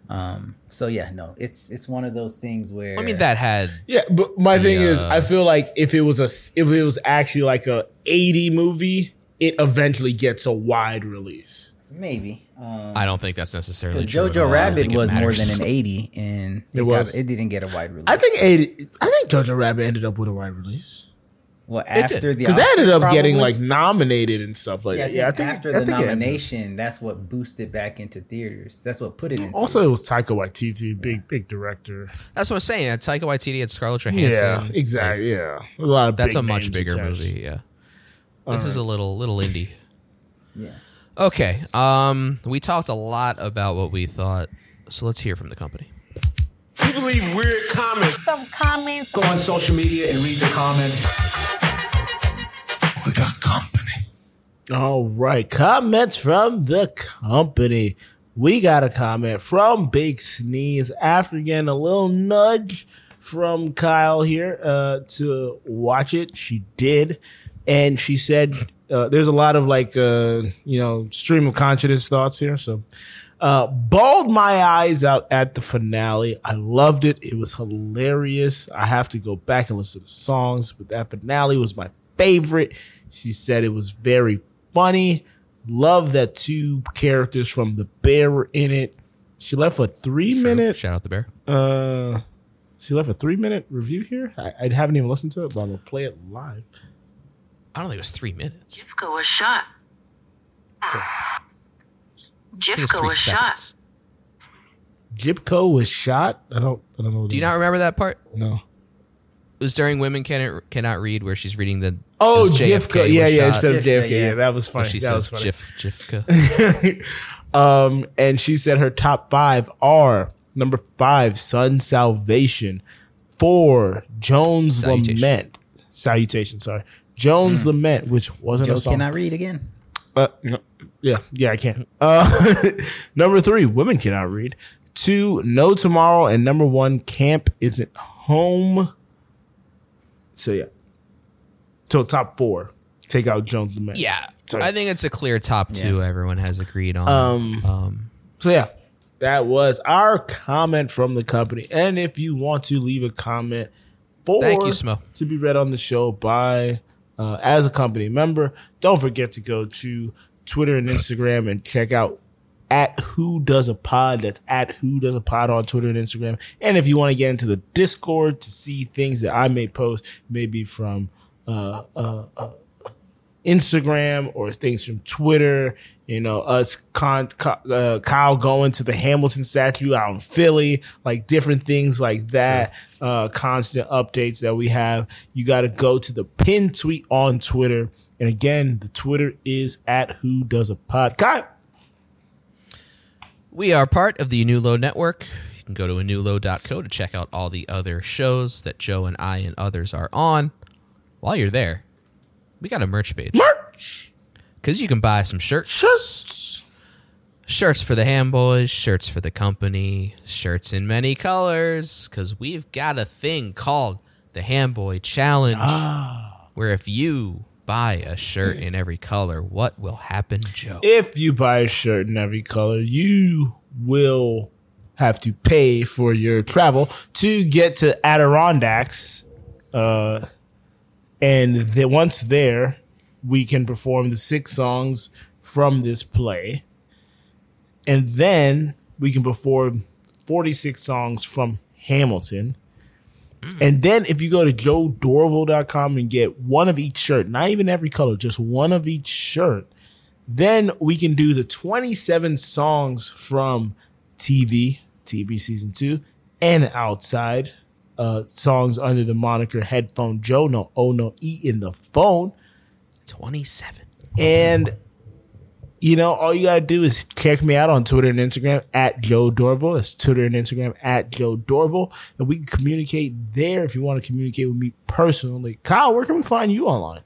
Um, so yeah, no, it's it's one of those things where
I mean, that had
Yeah, but my
The,
thing is,
uh,
I feel like if it was a s- if it was actually like a eighty movie, it eventually gets a wide release.
maybe. Um,
I don't think that's necessarily
because
true. at all. I
Jojo
don't
Rabbit
think it
was more
matters.
than an eighty, and
It
it,
was.
got- it didn't get a wide release.
I think eighty. I think Jojo Rabbit ended up with a wide release.
Well,
It
after
did.
the
'Cause they ended
Oscars,
up getting
probably.
like nominated and stuff like
yeah,
that. Yeah, I think
after
I
the
think it ended-
nomination, that's what boosted back into theaters. That's what put it in.
Also, it was Taika Waititi, big big director.
That's what I'm saying. uh, Taika Waititi had Scarlett Johansson.
Yeah, exactly. yeah, a lot of
That's
big
a much
names
bigger
attached.
movie. Yeah,
All
this is
right.
a little little indie.
Yeah.
Okay. Um, we talked a lot about what we thought, so let's hear from the company.
People leave weird comments.
Some comments.
Go on social media and read the comments.
All right. Comments from the company. We got a comment from Big Sneeze after getting a little nudge from Kyle here uh, to watch it. She did. And she said, uh, there's a lot of like, uh, you know, stream of consciousness thoughts here. So, uh, bawled my eyes out at the finale. I loved it. It was hilarious. I have to go back and listen to the songs, but that finale was my favorite. She said it was very funny. Love that two characters from The Bear were in it. She left a three minute.
Shout out The Bear.
Uh, she left a three minute review here. I, I haven't even listened to it, but I'm gonna play it live.
I don't think it was three minutes.
Jifka was shot.
It was
Jifka
three
was
seconds.
shot.
Jipko was shot. I don't. I don't know.
Do you not remember that part?
No.
It was during Women Cannot Cannot Read where she's reading the
Oh,
this
Jifka.
was
Yeah, yeah,
shot.
instead of JFK. Yeah. that was funny.
She
that was
says
funny.
Jif Jifka.
<laughs> um, and she said her top five are number five, Sun Salvation, four, Jones
Salutation. Hmm.
Lament, Salutation. Sorry, Jones Lament, which wasn't
Joe
a song.
cannot read again.
Uh, no, yeah, yeah, I can. Uh, <laughs> number three, women cannot read. Two, no tomorrow, and number one, camp isn't home. So yeah, so top four, take out Jones and Matt.
Yeah,
So,
I think it's a clear top two. Everyone has agreed on.
Um,
um,
so yeah, that was our comment from the company. And if you want to leave a comment for
Thank you, Smo.
to be read on the show by uh, as a company member, don't forget to go to Twitter and Instagram and check out at who does a pod. That's at who does a pod on Twitter and Instagram. And if you want to get into the Discord to see things that I may post, maybe from uh, uh, uh, Instagram or things from Twitter. You know, us con, Ky- uh, Kyle going to the Hamilton statue out in Philly, like different things like that. Uh, constant updates that we have. You got to go to the pin tweet on Twitter, and again, the Twitter is at Who Does a Pod. Kyle,
We are part of the Anulo Network. You can go to anulo.co to check out all the other shows that Joe and I and others are on. While you're there, we got a merch page. Merch! Because you can buy some shirts. Shirts! Shirts for the ham boys, shirts for the company, shirts in many colors, because we've got a thing called the Ham Boy Challenge, where if you buy a shirt in every color, what will happen, Joe?
if you buy a shirt in every color, you will have to pay for your travel to get to Adirondacks. Uh, and then once there, we can perform the six songs from this play. And then we can perform 46 songs from Hamilton. And then if you go to joedorval.com and get one of each shirt, not even every color, just one of each shirt, then we can do the 27 songs from TV, TV season two, and outside uh, songs under the moniker Headphone Joe. No, oh no, E in the phone.
27.
And you know, all you gotta do is check me out on Twitter and Instagram at Joe Dorval. That's Twitter and Instagram at Joe Dorval. And we can communicate there if you want to communicate with me personally. Kyle, where can we find you online?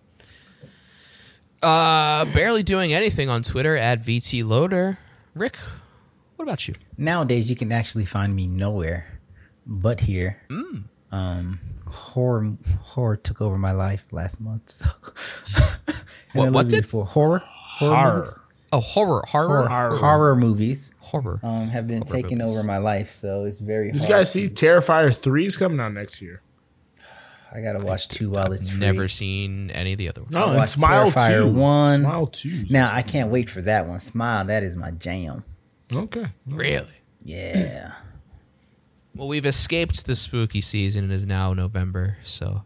Uh, barely doing anything on Twitter at VT Loader. Rick, what about you?
Nowadays, you can actually find me nowhere but here.
Mm.
Um, horror, horror took over my life last month. So. <laughs> And
What-
a
what
little
did-
before horror? Horror.
Horror.
movies?
Oh, Oh, horror, horror,
horror, horror movies, horror um, have been
Horror
taking
movies.
over my life. So it's very.
Did you
hard.
guys see Terrifier 3 is coming out next year?
I gotta watch two while it's free.
Never seen any of the other ones.
I watched Terrifier one.
Smile two.
Now I can't wait for that one. Smile, that is my jam.
Okay.
Really?
<clears throat>
Yeah.
Well, we've escaped the spooky season. It is now November, so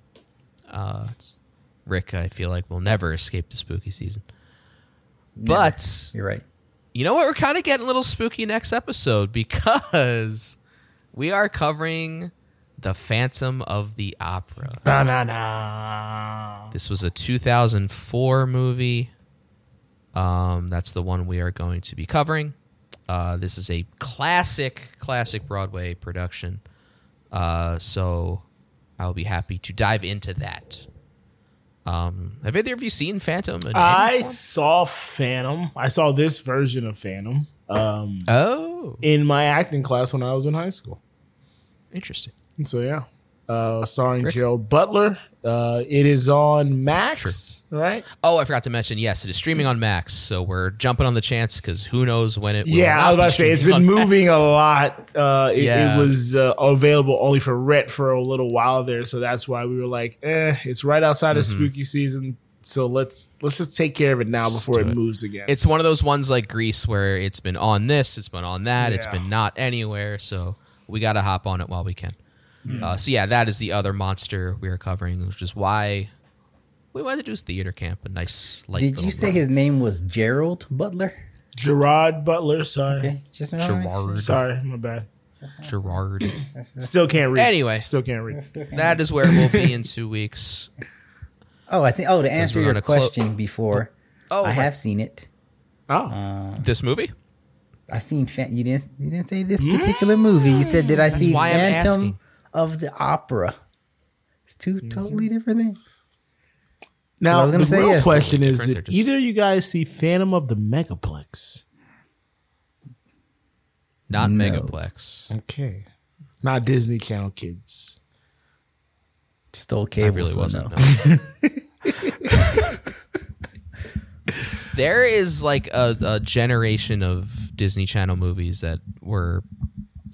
uh, it's, Rick, I feel like we'll never escape the spooky season. But
you're right.
You know what? We're kind of getting a little spooky next episode because we are covering the Phantom of the Opera. This was a 2004 movie. Um, that's the one we are going to be covering. Uh, this is a classic, classic Broadway production. Uh, so I'll be happy to dive into that. Um, have either of you seen Phantom? in any
I
form?
saw Phantom. I saw this version of Phantom. Um,
oh,
in my acting class when I was in high school.
Interesting.
So yeah, uh, starring Gerald Butler. Uh, it is on Max, right?
Oh, I forgot to mention. Yes, it is streaming on Max, so we're jumping on the chance because who knows when it. will
yeah,
not
I was about
be <laughs>
to say it's
streaming
been
on Max.
moving a lot. Uh, it,
Yeah.
it was uh, available only for rent for a little while there, so that's why we were like, eh, it's right outside of
Mhm.
spooky season, so let's let's just take care of it now before it, moves again.
It's one of those ones like Greece where it's been on this, it's been on that, it's
Yeah.
been not anywhere. So we got to hop on it while we can.
Yeah.
Uh, so yeah, that is the other monster we are covering, which is why we wanted to do this theater camp. A nice light.
Did you
little
say
run.
his name was Gerald Butler?
Gerard Butler, sorry,
just
Gerard.
sorry, my bad.
Gerard?
Still can't read.
Anyway,
still can't read.
that is where we'll be in two
<laughs>
weeks.
Oh, I think. Oh, to
Because
answer
we're
your
gonna clo-
question before,
Oh,
I
right.
have seen it.
Oh,
this movie.
I seen. Fan- you didn't. You didn't say this particular movie. You said, "Did I
That's
see
why I'm
Phantom
asking.
of the Opera?" It's two totally different things.
Now
I was gonna
the
say
real
yes.
question is:
Different,
Did
they're just-
either of you guys see Phantom of the Megaplex?
Not
No.
Megaplex.
Okay, not Disney Channel kids.
Stole
I
cable.
really
so
wasn't.
no.
no. there is like a, a generation of Disney Channel movies that were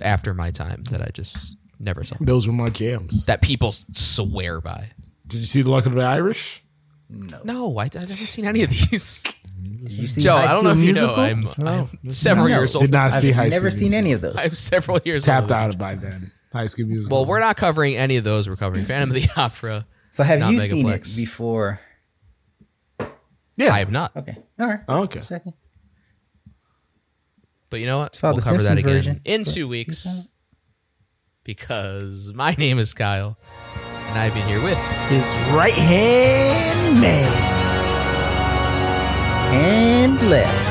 after my time that I just never saw.
Those were my jams.
That people swear by.
Did you see The Luck of the Irish?
No, I, I've never seen any of these.
you see
Joe,
High
I don't know if
School
you
Musical?
know. I'm,
No.
I'm several
No.
years old.
Did not see
I've
High
never
School
seen any of
Musical.
<laughs>
those.
I'm several years
Tapped
old.
out by then. High School Musical.
Well, we're not covering any of those. We're covering Phantom of the <laughs> Opera.
So have
not
you seen it
Megaplex.
before?
Yeah,
I have not.
Okay. All right.
Oh.
Okay.
Second.
But you know what?
Saw
we'll
the
cover that
Simpsons
again
version,
in
but
two
you
weeks because my name is Kyle and I've been here with
his right hand man
and left.